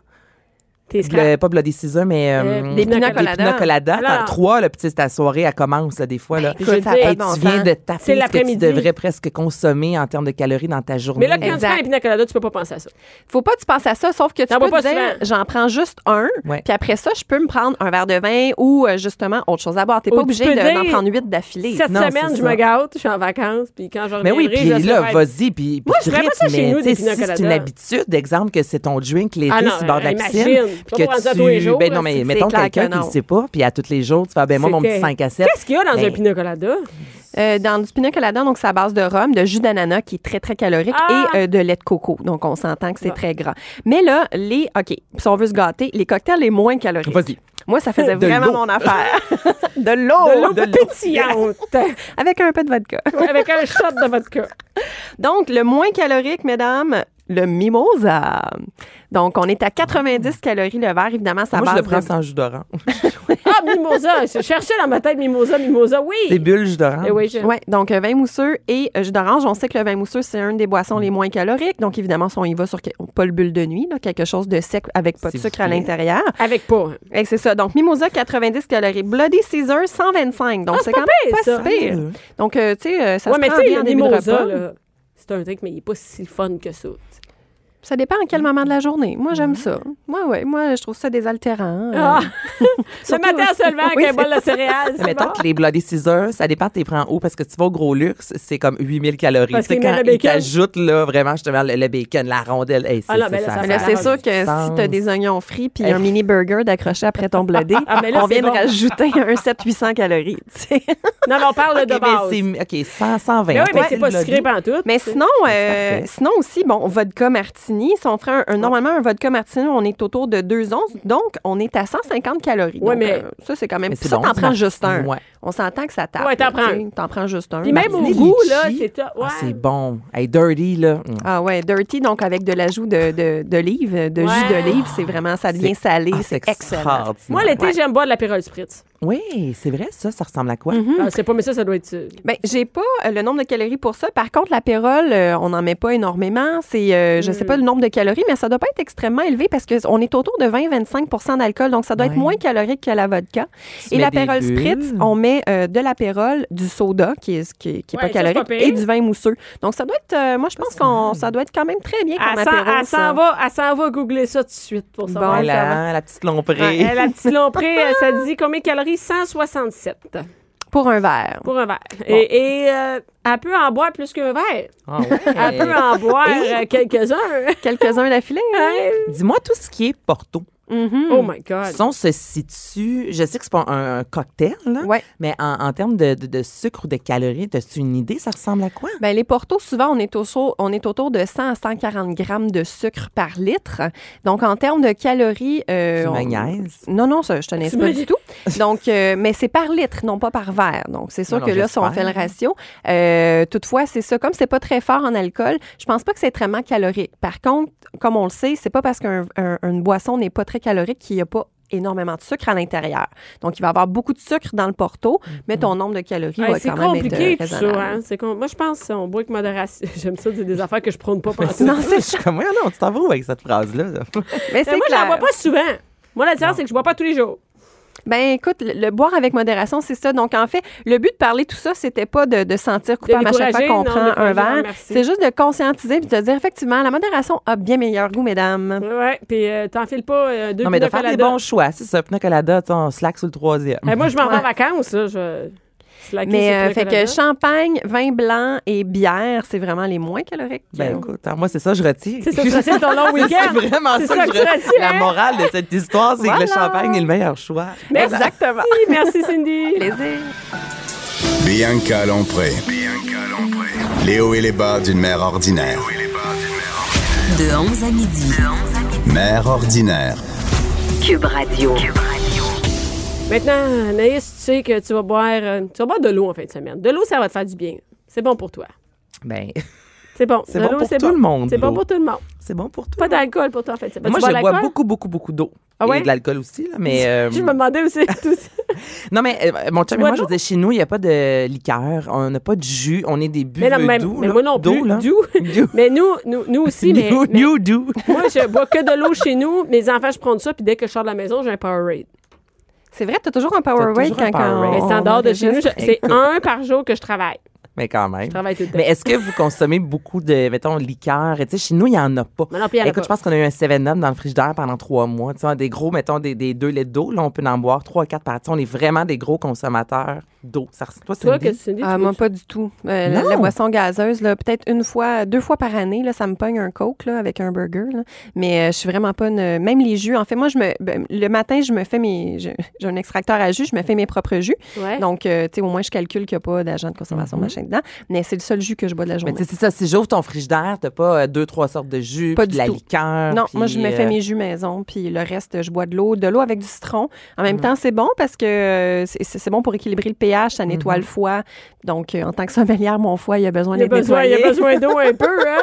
S3: T'es
S4: Blo-
S3: scrap.
S4: pas Bloody Caesar, mais euh,
S5: des pina
S4: des
S5: coladas.
S4: pina coladas.
S3: Alors-
S4: T'en as trois, là, puis tu sais, ta soirée, elle commence, là, des fois, là.
S3: Je veux
S5: Écoute, ça a
S3: dire,
S5: pas
S4: Hey,
S5: de bon
S4: tu viens
S5: sens.
S4: de
S3: C'est
S4: taper ce que tu
S3: l'après-midi.
S4: devrais presque consommer en termes de calories dans ta journée.
S3: Mais là, quand tu
S5: Exact.
S3: prends un pina colada, tu peux pas penser à ça.
S5: Faut pas que tu penses à ça, sauf que tu
S3: T'en
S5: peux
S3: bois
S5: te
S3: pas
S5: dire,
S3: souvent.
S5: j'en prends juste un,
S4: Ouais.
S5: puis après ça, je peux me prendre un verre de vin ou euh, justement autre chose à boire. T'es
S3: Ou
S5: pas
S3: tu
S5: obligé
S3: peux
S5: de-
S3: dire-
S5: d'en prendre huit d'affilée.
S3: Cette
S4: non,
S3: semaine,
S4: c'est
S3: je
S4: ça.
S3: me gâte, je suis en vacances, puis quand je reviendrai,
S4: Mais oui, puis
S3: je
S4: là,
S3: serai-
S4: vas-y, puis puis
S3: Moi, je ferais
S4: tripe,
S3: pas ça chez
S4: mais
S3: nous,
S4: tu sais,
S3: des
S4: si
S3: pina
S4: c'est
S3: coladas.
S4: une habitude, d'exemple, que c'est ton drink l'été
S3: Ah non,
S4: sur le bord de la
S3: imagine.
S4: piscine,
S3: Tu vas
S4: puis
S3: prendre
S4: que
S3: ça
S4: tu...
S3: tous les jours,
S4: ben
S3: là,
S4: non, mais
S5: c'est
S4: mettons
S5: clair
S4: quelqu'un
S5: que
S4: qui
S5: non.
S4: le sait pas, puis à tous les jours, tu fais, ah, ben moi, mon
S3: C'était-
S4: petit 5 à 7.
S3: Qu'est-ce qu'il y a dans un
S4: Ben,
S3: pina colada?
S5: Euh, dans du pina colada, donc c'est à base de rhum, de jus d'ananas qui est très très calorique
S3: Ah!
S5: et euh, de lait de coco. Donc on s'entend que c'est
S3: Bon.
S5: très gras. Mais là, les OK, si on veut se gâter, les cocktails les moins caloriques.
S4: Vas-y.
S5: Moi, ça faisait
S4: De
S5: vraiment
S4: l'eau.
S5: mon affaire. de
S3: Oh, De l'eau
S5: l'eau,
S3: pétillante.
S5: avec un peu de vodka.
S3: Avec un shot de vodka.
S5: Donc, le moins calorique, mesdames, le mimosa. Donc, on est à 90
S3: Mm.
S5: calories le verre. Évidemment, ça
S4: Moi, je
S5: base
S4: le prends
S5: de-
S4: sans jus d'orange.
S3: Ah, mimosa. Je cherchais dans ma tête mimosa, mimosa.
S4: Des
S3: Oui.
S4: bulles jus d'orange.
S3: Eh oui, je-
S5: Oui, donc euh, vin mousseux et euh, jus d'orange. On sait que le vin mousseux, c'est une des boissons
S3: Mm.
S5: les moins caloriques. Donc, évidemment, si on y va sur que- pas le bulle de nuit, là, quelque chose de sec avec pas de
S4: S'il
S5: sucre
S4: vous
S5: à
S4: plaît.
S5: l'intérieur.
S3: Avec pas.
S5: Et c'est ça. Donc, Mimosa, 90 calories. Bloody Caesar, 125. Donc,
S3: Ah,
S5: c'est quand
S3: pire,
S5: même pas
S3: ça. Mm.
S5: si pire. Donc, euh, tu sais, euh, ça
S3: Ouais,
S5: se
S3: mais tu
S5: prend
S3: sais,
S5: bien
S3: le
S5: en début de
S3: mimosa,
S5: repas.
S3: là, c'est un drink, mais il est pas si le fun que ça.
S5: Ça dépend à quel moment de la
S3: Mm.
S5: journée. Moi, j'aime ça. Moi, ouais, moi, je trouve ça désaltérant. euh,
S3: Ah, ce
S5: surtout-
S3: matin seulement, avec
S5: Oui,
S3: un bol de céréales.
S4: Mais
S3: c'est
S4: mettons
S3: bon.
S4: que les Bloody Scissors, ça dépend, t'es prends où, parce que tu vas au gros luxe, c'est comme 8000 calories.
S3: Parce
S4: Tu sais,
S3: qu'il met
S4: quand
S3: le
S4: ils
S3: bacon.
S4: t'ajoutent, là, vraiment, justement, le, le bacon, la rondelle, hey, c'est
S3: Ah non,
S4: c'est
S3: ben là,
S4: ça.
S3: ça
S4: ça
S5: Mais là,
S4: a
S5: c'est
S4: du
S5: sûr que si
S4: sens.
S5: tu as des oignons frits puis
S4: Eh.
S5: un mini burger d'accroché après ton blodé,
S3: Ah, mais là,
S5: on
S3: c'est
S5: vient de
S3: bon.
S5: rajouter un 700-800 calories. tu sais.
S3: Non, mais on parle de
S4: Ok,
S3: base.
S4: mais c'est- OK, 100, 120.
S3: Mais oui, mais
S4: Ouais,
S3: c'est pas
S4: le
S3: sucré
S4: Bloody.
S3: pantoute.
S5: Mais
S3: tu sais.
S5: sinon, euh,
S4: parfait.
S5: sinon aussi, bon, vodka martini, si on ferait un, un- normalement un vodka martini, on est autour de 2 onces, donc on est à 150 calories.
S3: Ouais,
S5: Donc,
S3: mais-
S5: euh, ça, c'est quand même...
S4: Mais
S5: Puis
S4: c'est
S5: ça,
S4: bon,
S5: t'en
S4: du
S5: prends juste un.
S4: martini, ouais.
S5: On s'entend que ça tape.
S3: Ouais, t'en
S5: là,
S3: prends
S5: tu sais, T'en prends juste un.
S3: Puis même au
S4: Martini,
S3: goût, là,
S4: litchi.
S3: c'est top.
S4: Ah, c'est
S3: Ouais.
S4: bon. Hey, dirty, là. Mm.
S5: Ah ouais, dirty, donc avec de l'ajout de- de- d'olive, de, jus
S3: Ouais.
S5: d'olive, c'est vraiment, ça devient
S4: C'est-
S5: salé,
S4: ah,
S5: c'est excellent.
S4: extraordinaire.
S3: Moi, l'été,
S4: Ouais.
S3: j'aime boire de l'apérol spritz.
S4: Oui, c'est vrai, ça, ça ressemble à quoi?
S5: Hmm.
S3: Ah, c'est pas, mais ça, ça doit être. euh,
S5: Ben, j'ai pas euh, le nombre de calories pour ça. Par contre, l'apérole, euh, on n'en met pas énormément. C'est, euh, je sais pas le nombre de calories, mais ça doit pas être extrêmement élevé parce que on est autour de 20-25 d'alcool, donc ça doit être
S4: Ouais.
S5: moins calorique que la vodka.
S4: Tu
S5: Et
S4: mets
S5: l'apérole
S4: des
S5: spritz,
S4: bulles.
S5: on met euh, de l'apérole, du soda qui est qui, est- qui est
S3: Ouais,
S5: pas
S3: ça, c'est
S5: calorique
S3: pas pire.
S5: et du vin mousseux. Donc ça doit être, euh, moi je pense qu'on, ça doit être quand même très bien comme
S3: Elle s'en-
S5: apérole.
S3: elle s'en ah, va, elle s'en va googler ça tout de suite pour savoir.
S4: Ah,
S5: Bon,
S3: ça va.
S4: la, la petite
S3: Ouais,
S4: lomprée.
S3: elle, la petite lomprée, euh, ça dit combien de calories? 167
S5: Pour un verre.
S3: pour un verre. Et, et euh, elle peut en boire plus qu'un verre.
S4: Ah ouais.
S3: Elle peut en boire euh, quelques-uns.
S5: Quelques-uns d'affilée. hein?
S4: Dis-moi tout ce qui est Porto.
S5: Mhm.
S3: Oh my God.
S4: Son se situe, je sais que c'est pas un, un cocktail, là,
S5: Ouais.
S4: mais en, en termes de, de- de sucre ou de calories, as-tu une idée? Ça ressemble à quoi?
S5: Ben, les portos, souvent, on est, au- on est autour de 100 à 140 grammes de sucre par litre. Donc, en termes de calories... euh,
S4: Du
S5: on-
S4: magnèse.
S5: Non, non, ça, je te niaise
S3: Tu
S5: pas
S3: me-
S5: du tout. Donc, euh, mais c'est par litre, non pas par verre. Donc, c'est sûr
S4: Non,
S5: que
S4: non,
S5: là, si on fait
S4: j'espère.
S5: le ratio, euh, toutefois, c'est ça. Comme c'est pas très fort en alcool, je pense pas que c'est extrêmement calorique. Par contre, comme on le sait, c'est pas parce qu'une boisson n'est pas très calorique qu'il n'y a pas énormément de sucre à l'intérieur. Donc, il va y avoir beaucoup de sucre dans le porto,
S4: Mm-hmm.
S5: mais ton nombre de calories
S3: Hey,
S5: va
S3: c'est
S5: quand même
S3: compliqué
S5: être euh,
S3: tout ça.
S5: raisonnable.
S3: hein. C'est com- Moi, je pense qu'on boit avec modération. J'aime ça dire des affaires que je prône pas pendant tout.
S5: Non, c'est
S4: Je suis comme, Ouais, non, tu t'en vas où avec cette phrase-là? là?
S5: Mais
S3: Mais
S5: c'est
S3: Ben, Moi, je
S5: clair.
S3: la bois pas souvent. Moi, la différence, c'est que je bois pas tous les jours.
S5: Ben écoute, le, le boire avec modération, c'est ça. Donc en fait, le but de parler tout ça, c'était pas de, de sentir coupable à chaque fois
S3: décourager,
S5: qu'on
S3: non,
S5: prend
S3: décourager,
S5: un
S3: non,
S5: verre.
S3: merci.
S5: C'est juste de conscientiser puis de dire effectivement, la modération a bien meilleur goût, mesdames.
S3: Ouais, puis euh, t'enfiles pas euh, deux
S4: Non, mais de
S3: pina
S4: faire des
S3: colada.
S4: bons choix, c'est ça. Pina colada, tu sais, on slack sur le troisième.
S3: Eh, moi, je m'en vais en
S5: Ouais.
S3: vacances, là. Je... slacker
S5: Mais
S3: sur
S5: euh,
S3: pina
S5: fait
S3: colada.
S5: que champagne, vin blanc et bière, c'est vraiment les moins caloriques.
S4: Ben écoute, hein, moi, c'est ça, je retire.
S3: C'est ça, tu restes ton long
S4: Ah C'est
S3: week-end.
S4: vraiment
S3: C'est
S4: ça,
S3: ça
S4: que
S3: que
S4: je-
S3: tu hein? retiens.
S4: La morale de cette histoire, c'est que le champagne est le meilleur choix.
S3: Mais-
S5: Exactement.
S3: Si, Merci, Cindy.
S5: Plaisir.
S2: Bianca Lompré. Les hauts et les bas d'une mère ordinaire.
S1: De 11 à midi.
S2: Mère ordinaire.
S1: Cube Radio.
S3: Maintenant, Anaïs, tu sais que tu vas boire, euh, tu vas boire de l'eau en fin de semaine. De l'eau, ça va te faire du bien. C'est bon pour toi.
S4: Ben,
S3: C'est bon.
S4: C'est
S3: De
S4: bon
S3: l'eau,
S4: pour tout le monde,
S3: C'est bon
S4: l'eau.
S3: pour tout le monde.
S4: c'est bon pour toi.
S3: Pas d'alcool pour toi en fin de semaine.
S4: Moi,
S3: Tu bois
S4: je
S3: de
S4: bois
S3: l'alcool?
S4: beaucoup, beaucoup, beaucoup d'eau.
S3: Ah ouais?
S4: Et de l'alcool aussi, là, mais... euh,
S3: Je me demandais aussi. tout ça.
S4: Non, mais euh, mon chum et
S3: bois
S4: moi,
S3: de
S4: je
S3: l'eau?
S4: disais, chez nous, il n'y a pas de liqueur, on n'a pas de jus, on est
S3: mais,
S4: des buveux
S3: non, mais,
S4: doux.
S3: mais
S4: là,
S3: moi non plus.
S4: d'eau, là.
S3: Doux.
S4: Doux.
S3: mais nous, nous, nous aussi, mais,
S4: New,
S3: mais
S4: new do.
S3: moi, je bois que de l'eau chez nous. Mes enfants, je prends de ça, puis dès que je sors de la maison, j'ai un Powerade.
S5: C'est vrai, t'as toujours un power
S4: T'as
S5: weight
S4: toujours
S5: quand,
S4: un
S5: quand
S4: Powerade. Mais
S3: Mais
S5: on-
S3: c'est en
S5: on
S3: dehors de
S5: enregistre.
S3: chez nous. je- C'est un par jour que je travaille.
S4: Mais quand même.
S3: Je travaille tout le temps.
S4: Mais est-ce que vous consommez beaucoup de, mettons, liqueurs? Tu sais, chez nous, il n'y en a pas.
S3: Mais non, puis il y en a
S4: Écoute,
S3: pas.
S4: je pense qu'on a eu un 7-Up dans le frigidaire pendant trois mois. Tu sais, des gros, mettons, des, des deux laits d'eau. Là, on peut en boire trois, quatre par tu sais, On est vraiment des gros consommateurs d'eau. Ça ressemble- Toi,
S3: Toi,
S4: Cindy?
S3: qu'est-ce que tu dis?
S5: Ah,
S3: Tu
S5: moi,
S3: bois-
S5: pas du tout. Euh, la,
S4: Non.
S5: la boisson gazeuse, là, peut-être une fois, deux fois par année, là, ça me pogne un coke là, avec un burger. là. Mais euh, je suis vraiment pas une. Même les jus. En fait, moi, je me, ben, le matin, je me fais mes. je- J'ai un extracteur à jus, je me fais mes propres jus.
S3: Ouais.
S5: Donc, euh, tu sais, au moins, je calcule qu'il n'y a pas d'agent de consommation machin dedans. Mais c'est le seul jus que je bois de la
S4: Mhm. Mais
S5: journée.
S4: tu sais, c'est ça. Si j'ouvre ton frigidaire, t'as pas euh, deux, trois sortes de jus,
S5: Pas
S4: puis
S5: du
S4: de la
S5: tout.
S4: liqueur.
S5: Non, moi,
S4: puis,
S5: je me fais
S4: euh,
S5: mes jus maison, puis le reste, je bois de l'eau. De l'eau avec du citron. En
S4: Mhm.
S5: même temps, c'est bon parce que euh, c'est- c'est c'est bon pour équilibrer le pH, ça nettoie
S4: Mhm.
S5: le foie. Donc, euh, en tant que sommelière, mon foie, il a besoin
S3: Il y a
S5: d'être
S3: besoin, il y
S5: nettoyé.
S3: a besoin d'eau un peu, hein?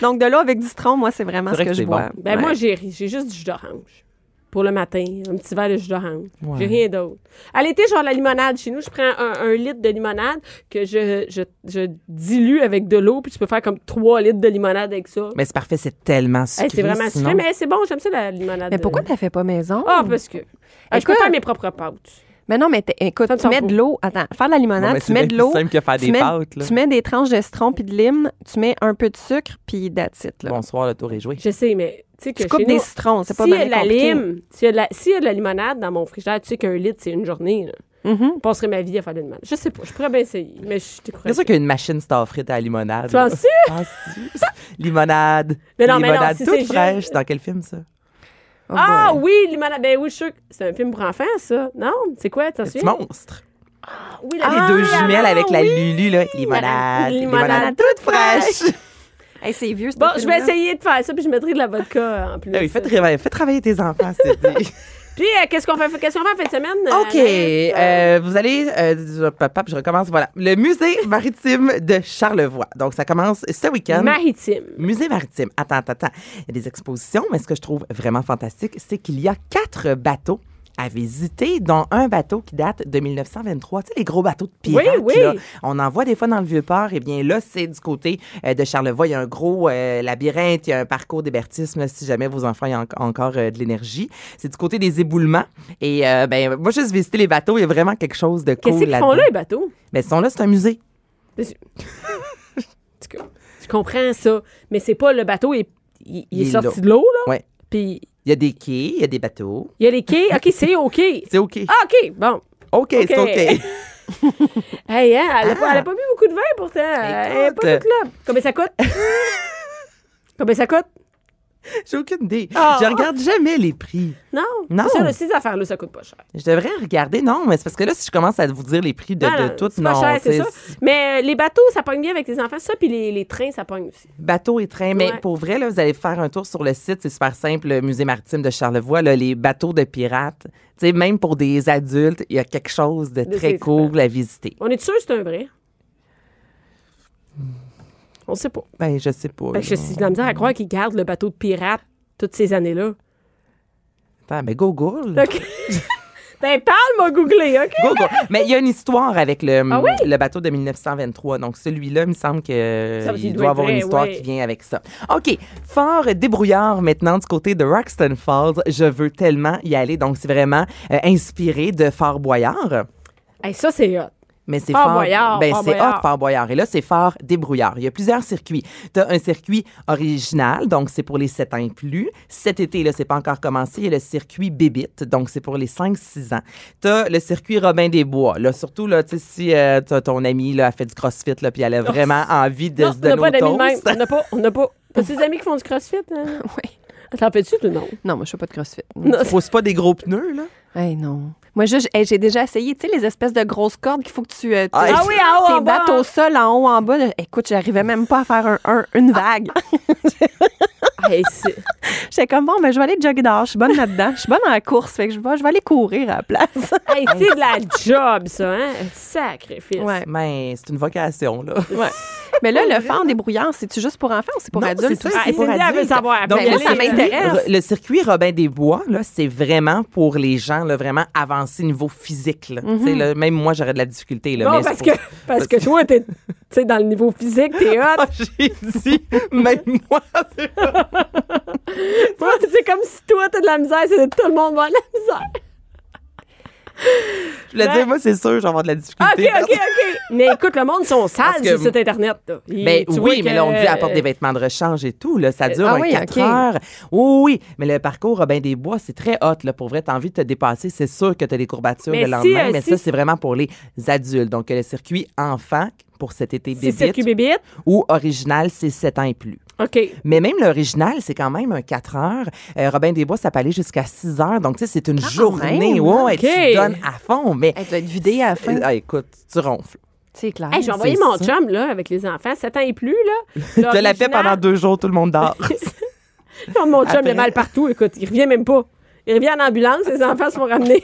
S5: Donc, de l'eau avec du citron, moi, c'est vraiment
S4: C'est
S5: ce
S4: vrai
S5: que,
S4: que
S5: je
S4: c'est
S5: bois.
S3: Ben
S5: Ouais.
S3: moi, j'ai ri- j'ai juste du jus d'orange. Pour le matin, un petit verre de jus d'orange.
S4: Ouais.
S3: J'ai rien d'autre. À l'été, genre la limonade. Chez nous, je prends un, un litre de limonade que je, je, je dilue avec de l'eau, puis tu peux faire comme trois litres de limonade avec ça.
S4: Mais c'est parfait, c'est tellement sucré.
S3: Hey, c'est vraiment
S4: sinon.
S3: sucré, mais c'est bon, j'aime ça la limonade.
S5: Mais pourquoi
S3: Euh,
S5: t'as fait pas maison?
S3: Ah, parce que. Ah, je peux
S5: Écoute.
S3: faire mes propres pâtes.
S5: Mais non, mais t'es- écoute,
S3: Ça me
S5: tu
S3: semble
S5: mets de
S3: pas.
S5: l'eau. Attends, faire de la
S4: Non, mais
S5: limonade, tu
S4: c'est
S5: mets
S4: bien
S5: de
S4: plus
S5: l'eau.
S4: simple que faire
S5: tu
S4: des
S5: mets-
S4: pâtes. là.
S5: Tu mets des tranches de citron puis de lime, tu mets un peu de sucre puis d'attitude.
S4: Bonsoir, le tour est joué.
S3: Je sais, mais tu sais que
S5: Tu coupes
S3: chez
S5: des
S3: nous,
S5: citrons, c'est pas
S3: s'il y
S5: bien
S3: a de la
S5: compliqué.
S3: lime, s'il y, a de la- s'il y a de la limonade dans mon frigidaire, tu sais qu'un litre, c'est une journée. là.
S5: Mhm.
S3: Je passerai ma vie à faire de la limonade. Je sais pas, je pourrais bien essayer, mais je suis
S4: C'est sûr qu'il y a une machine star frite à la limonade.
S3: Tu penses-tu?
S4: Ah, si. limonade.
S3: Mais non, mais non,
S4: limonade
S3: si c'est
S4: toute
S3: juste-
S4: fraîche. Dans quel film, ça?
S5: Oh
S3: Ah
S5: boy.
S3: oui, Limonade. Ben oui, je suis sûre que c'est un film pour enfants, ça. Non? C'est quoi? T'en
S4: Petit
S3: souviens?
S4: monstre.
S3: Oui, Ah,
S4: Les deux jumelles avec la Lulu, là. Limonade.
S3: Limonade
S4: toute fraîche.
S5: Hey, c'est vieux, ce
S3: Bon, je vais
S5: film-là.
S3: essayer de faire ça, puis je mettrai de la vodka en plus.
S4: Ah oui, fais, travailler- fais travailler tes enfants, c'est dit.
S3: Puis, euh, qu'est-ce qu'on fait? Qu'est-ce qu'on fait en fin de semaine? euh,
S4: OK.
S3: Anaïs?
S4: euh, vous allez. Euh, papa, je recommence. Voilà. Le musée maritime de Charlevoix. Donc, ça commence ce week-end.
S3: Maritime.
S4: Musée maritime. Attends, attends, attends. Il y a des expositions, mais ce que je trouve vraiment fantastique, c'est qu'il y a quatre bateaux à visiter, dont un bateau qui date de 1923. Tu sais, les gros bateaux de pirates,
S3: Oui, oui.
S4: là. On en voit des fois dans le Vieux-Port. Eh bien, là, c'est du côté euh, de Charlevoix. Il y a un gros euh, labyrinthe, il y a un parcours d'hébertisme, là, si jamais vos enfants ont en- encore euh, de l'énergie. C'est du côté des éboulements. Et, euh, ben, moi, juste visiter les bateaux, il y a vraiment quelque chose de
S3: Qu'est-ce
S4: cool
S3: qu'ils font
S4: là-dedans.
S3: là, les bateaux?
S4: Ben, ils sont là, c'est un musée.
S3: En tout cas, Je comprends ça, mais c'est pas le bateau, il, il- il
S4: Il
S3: est
S4: est
S3: sorti
S4: là.
S3: de l'eau, là?
S4: Ouais.
S3: Puis,
S4: Il y a des quais, il y a des bateaux.
S3: il y a les quais. OK, c'est OK.
S4: C'est OK.
S3: Ah, OK, bon.
S4: OK, c'est
S3: OK.
S4: OK.
S3: Hey, hein, elle, a pas,
S4: Ah.
S3: elle a pas bu beaucoup de vin pourtant. Elle est pas
S4: Écoute.
S3: toute là. Combien ça coûte? Combien ça coûte?
S4: J'ai aucune idée.
S3: Ah.
S4: Je regarde jamais les prix.
S3: Non.
S4: Non.
S3: C'est Ça, là, ces affaires-là, ça coûte pas cher.
S4: Je devrais regarder. Non, mais c'est parce que là, si je commence à vous dire les prix de,
S3: Non,
S4: de
S3: non,
S4: tout,
S3: c'est pas
S4: non.
S3: cher, c'est
S4: tu
S3: ça.
S4: sais,
S3: Mais euh, les bateaux, ça pogne bien avec les enfants, ça, puis les, les trains, ça pogne aussi.
S4: Bateau et train. Mais
S3: Ouais.
S4: pour vrai, là, vous allez faire un tour sur le site. C'est super simple. Le musée maritime de Charlevoix, là, les bateaux de pirates. Tu sais, même pour des adultes, il y a quelque chose de
S3: De
S4: très
S3: ces-
S4: cool à visiter.
S3: On est sûr que c'est un vrai? On sait pas.
S4: Ben, je sais pas.
S3: Parce que
S4: là.
S3: j'ai de la misère à croire qu'ils gardent le bateau de pirate toutes ces années-là.
S4: Attends, mais go ben, Google.
S3: OK. Ben, parle, m'a googlé, OK?
S4: Go, go. Mais il y a une histoire avec le,
S3: Ah oui?
S4: le bateau de 1923. Donc, celui-là, il me semble que
S3: Ça, il
S4: il
S3: doit
S4: doit
S3: être
S4: avoir
S3: vrai,
S4: une histoire
S3: ouais.
S4: qui vient avec ça. OK. Fort débrouillard maintenant du côté de Roxton Falls. Je veux tellement y aller. Donc, c'est vraiment euh, inspiré de Fort Boyard.
S3: Hey, ça, c'est hot.
S4: Mais c'est
S3: Fort
S4: fort.
S3: Boyard,
S4: ben,
S3: Fort
S4: c'est
S3: Boyard.
S4: hot, Fort Boyard. Et là, c'est fort débrouillard. Il y a plusieurs circuits. Tu as un circuit original, donc c'est pour les 7 ans et plus. Cet été, là, c'est pas encore commencé. Il y a le circuit Bébite, donc c'est pour les 5-6 ans. Tu as le circuit Robin des Bois. Là, surtout, là, tu sais, si euh, t'as ton ami là, a fait du crossfit, là, puis elle a vraiment envie de
S3: Non,
S4: se
S3: on n'a
S4: donner
S3: pas d'amis
S4: au
S3: de même. On
S4: toast.
S3: n'a pas. On n'a pas. T'as des amis qui font du crossfit? Hein?
S5: Oui.
S3: T'en fais-tu, tout le monde?
S5: Non, moi, je fais pas de crossfit.
S4: Pose pas des gros pneus, là.
S5: Hey, non. Moi, je- hey, j'ai déjà essayé, tu sais, les espèces de grosses cordes qu'il faut que tu. euh, tu-
S4: Ah, Ah
S3: oui, en haut, en
S5: Tes
S3: bas,
S5: battes
S3: hein.
S5: au sol, en haut, en bas. là. Écoute, j'arrivais même pas à faire un, un- une vague.
S3: Hey, c'est-
S5: J'étais comme, bon, ben, je vais aller jogger dehors. Je suis bonne là-dedans. Je suis bonne en course. Fait que je vais, je vais aller courir à la place.
S3: hey, c'est de la job, ça, hein? Un Sacrifice.
S5: Ouais.
S4: Mais c'est une vocation, là.
S5: Ouais. Mais là, le fort débrouillard, c'est-tu juste pour enfants ou c'est pour
S4: Non,
S5: adultes?
S4: c'est ça,
S5: aussi?
S4: c'est pour
S3: Cindy, elle veut
S4: adultes.
S3: savoir.
S4: Donc,
S3: Ben,
S4: le
S3: moi, ça
S4: circuit-
S5: m'intéresse.
S4: Le circuit Robin des Bois, là, c'est vraiment pour les gens, là, vraiment avancés niveau physique. Là. Tu sais, là, même moi, j'aurais de la difficulté. Là,
S3: Mhm. Bon,
S4: mais c'est
S3: parce que,
S4: pour-
S3: parce que toi, t'es tu sais, dans le niveau physique, t'es hot.
S4: Ah, J'ai dit, même moi, c'est-
S3: Toi, c'est comme si toi, t'as de la misère, c'est tout le monde va de la misère.
S4: je le dis, moi, c'est sûr, j'aurais de la
S3: Ah,
S4: difficulté.
S3: OK, OK, OK. Mais écoute, le monde sont sales
S4: Parce que-
S3: sur le site Internet. là. Ils-
S4: Mais
S3: tu vois
S4: Ben oui, mais là, on
S3: que-
S4: dit apporte des vêtements de rechange et tout. Là, ça dure
S5: euh, ah
S4: un
S5: oui,
S4: 4
S5: ok.
S4: heures. Oui, oui, mais le parcours Robin des Bois, c'est très hot. Là, pour vrai, tu as envie de te dépasser. C'est sûr que tu as des courbatures
S3: Mais
S4: le
S3: si,
S4: lendemain,
S3: euh,
S4: mais
S3: si-
S4: ça, c'est vraiment pour les adultes. Donc, le circuit enfant pour cet été
S3: C'est circuit
S4: bébé
S3: bébite.
S4: ou original, c'est 7 ans et plus.
S3: OK.
S4: Mais même l'original, c'est quand même un 4 heures. Euh, Robin des Bois, ça peut aller jusqu'à 6 heures. Donc, tu sais, c'est une journée.
S5: Ah, même, hein?
S4: Ouais,
S3: ok.
S4: tu te donnes à fond. Mais
S5: Elle doit être vidée à la fin.
S4: Euh, ah, écoute, tu ronfles.
S5: C'est clair.
S3: Hey, j'ai envoyé
S4: Ah, c'est
S3: mon
S4: ça.
S3: chum, là, avec les enfants, 7 ans et plus, là.
S4: Tu la fait
S3: L'original-
S4: pendant deux jours, tout le monde dort.
S3: Non, mon chum, il a
S4: Après.
S3: mal partout. Écoute, il revient même pas. Il revient en ambulance, les enfants se font ramener.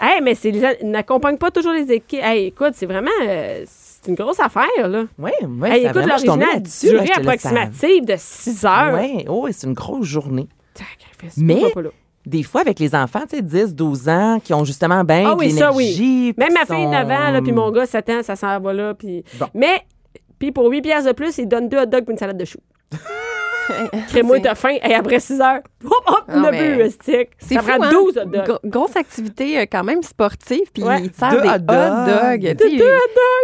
S3: hey, mais c'est, les- ils n'accompagnent pas toujours les équipes. Hey, écoute, c'est vraiment... euh, c'est une grosse affaire, là.
S4: Oui, oui.
S3: hey, écoute, l'original, durée approximative de 6 heures.
S4: Oui, oh, c'est une grosse journée.
S3: Sacrifice,
S4: Mais-
S3: pourquoi pas là?
S4: Des fois, avec les enfants, tu sais, 10, 12 ans, qui ont justement bien
S3: Ah
S4: de
S3: oui, ça, oui.
S4: l'énergie, puis
S3: Même ma
S4: qui
S3: fille,
S4: sont-
S3: 9 ans, là, puis mon gars, 7 ans, ça s'en va là. Puis...
S4: Hmm. Bon.
S3: Mais, puis pour 8 piastres de plus, il donne deux hot dogs et une salade de choux. Crée-moi, t'as faim. Et après 6 heures, hop, hop,
S5: Non,
S3: on a
S5: Ah, mais-
S3: bu, le stick.
S5: C'est
S3: Ça
S5: fou,
S3: prend
S5: hein?
S3: 12 hot dogs.
S5: Gro- grosse activité euh, quand même sportive, puis
S3: Ouais.
S5: il te sert
S4: Deux
S5: des
S4: hot
S5: hot dogs.
S4: dogs.
S5: tu sais,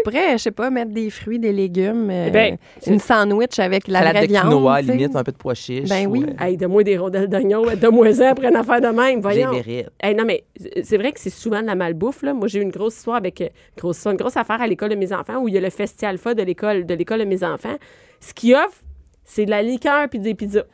S5: Après, je sais pas, mettre des fruits, des légumes, euh,
S3: ben,
S5: une sandwich avec la
S4: Salade
S5: vraie
S4: de
S5: viande.
S4: quinoa,
S5: tu sais.
S4: limite, un peu de pois chiche. euh,
S5: Ben oui.
S4: ouais.
S3: Hey, donne-moi des rondelles d'oignon, ouais, donne-moi ça après une affaire de même,
S4: Je les
S3: voyons.
S4: mérite.
S3: Hey, non, mais c'est vrai que c'est souvent de la malbouffe. Là. Moi, j'ai eu une grosse histoire avec euh, grosse histoire, une grosse affaire à l'école de mes enfants où il y a le Festi Alpha de l'école de l'école de mes enfants. Ce qu'ils offrent, c'est de la liqueur puis des pizzas.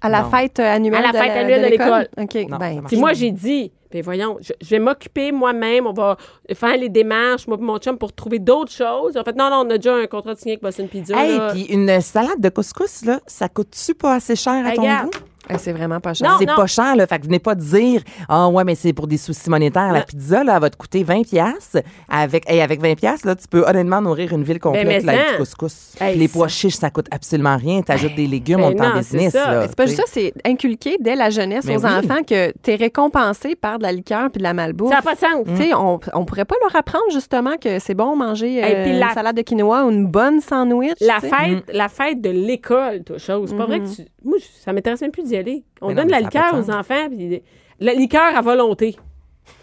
S5: À la
S4: Non.
S5: fête euh, annuelle
S3: À la
S5: de
S3: fête annuelle de l'école.
S5: OK.
S4: Non, ça
S5: ben,
S4: marche
S3: Puis moi, j'ai dit, ben voyons, je, je vais m'occuper moi-même, on va faire les démarches, moi et mon chum, pour trouver d'autres choses. En fait, non, non, on a déjà un contrat de signé avec Boston Pizza.
S4: Hey,
S3: là.
S4: puis une salade de couscous, là, ça coûte-tu pas assez cher à
S3: Hey,
S4: ton
S3: regarde.
S4: goût?
S5: eh, c'est vraiment pas cher.
S3: Non,
S4: C'est pas cher, là. Fait que venez pas dire, ah ouais, mais c'est pour des soucis monétaires. La pizza, là, elle va te coûter 20 pièces Avec, hey, avec 20 pièces là, tu peux honnêtement nourrir une ville complète,
S3: Ben, mais
S4: là, avec
S3: ça.
S4: du couscous.
S3: Hey,
S4: les
S3: ça.
S4: pois chiches, ça coûte absolument rien. T'ajoutes des légumes,
S3: Ben
S4: on t'en
S3: non,
S4: business,
S3: c'est ça.
S4: là.
S5: Mais C'est pas
S4: tu
S5: juste ça,
S4: sais.
S5: c'est inculquer dès la jeunesse
S4: Mais
S5: aux
S4: Ben oui.
S5: enfants que tu es récompensé par de la liqueur puis de la malbouffe.
S3: Ça n'a pas de sens.
S4: Mm.
S5: Tu sais, on, on pourrait pas leur apprendre justement que c'est bon manger
S3: Hey,
S5: euh,
S3: puis la-
S5: une salade de quinoa ou une bonne sandwich.
S3: La
S5: tu sais.
S3: fête,
S4: mm.
S3: la fête de l'école, toi, chose. C'est pas vrai que tu. Moi, je- ça m'intéresse même plus d'y aller. On
S4: Mm-hmm. Mais non,
S3: donne
S4: mais
S3: la
S4: ça a pas
S3: liqueur
S4: de
S3: aux
S4: sens.
S3: enfants, puis la liqueur à volonté.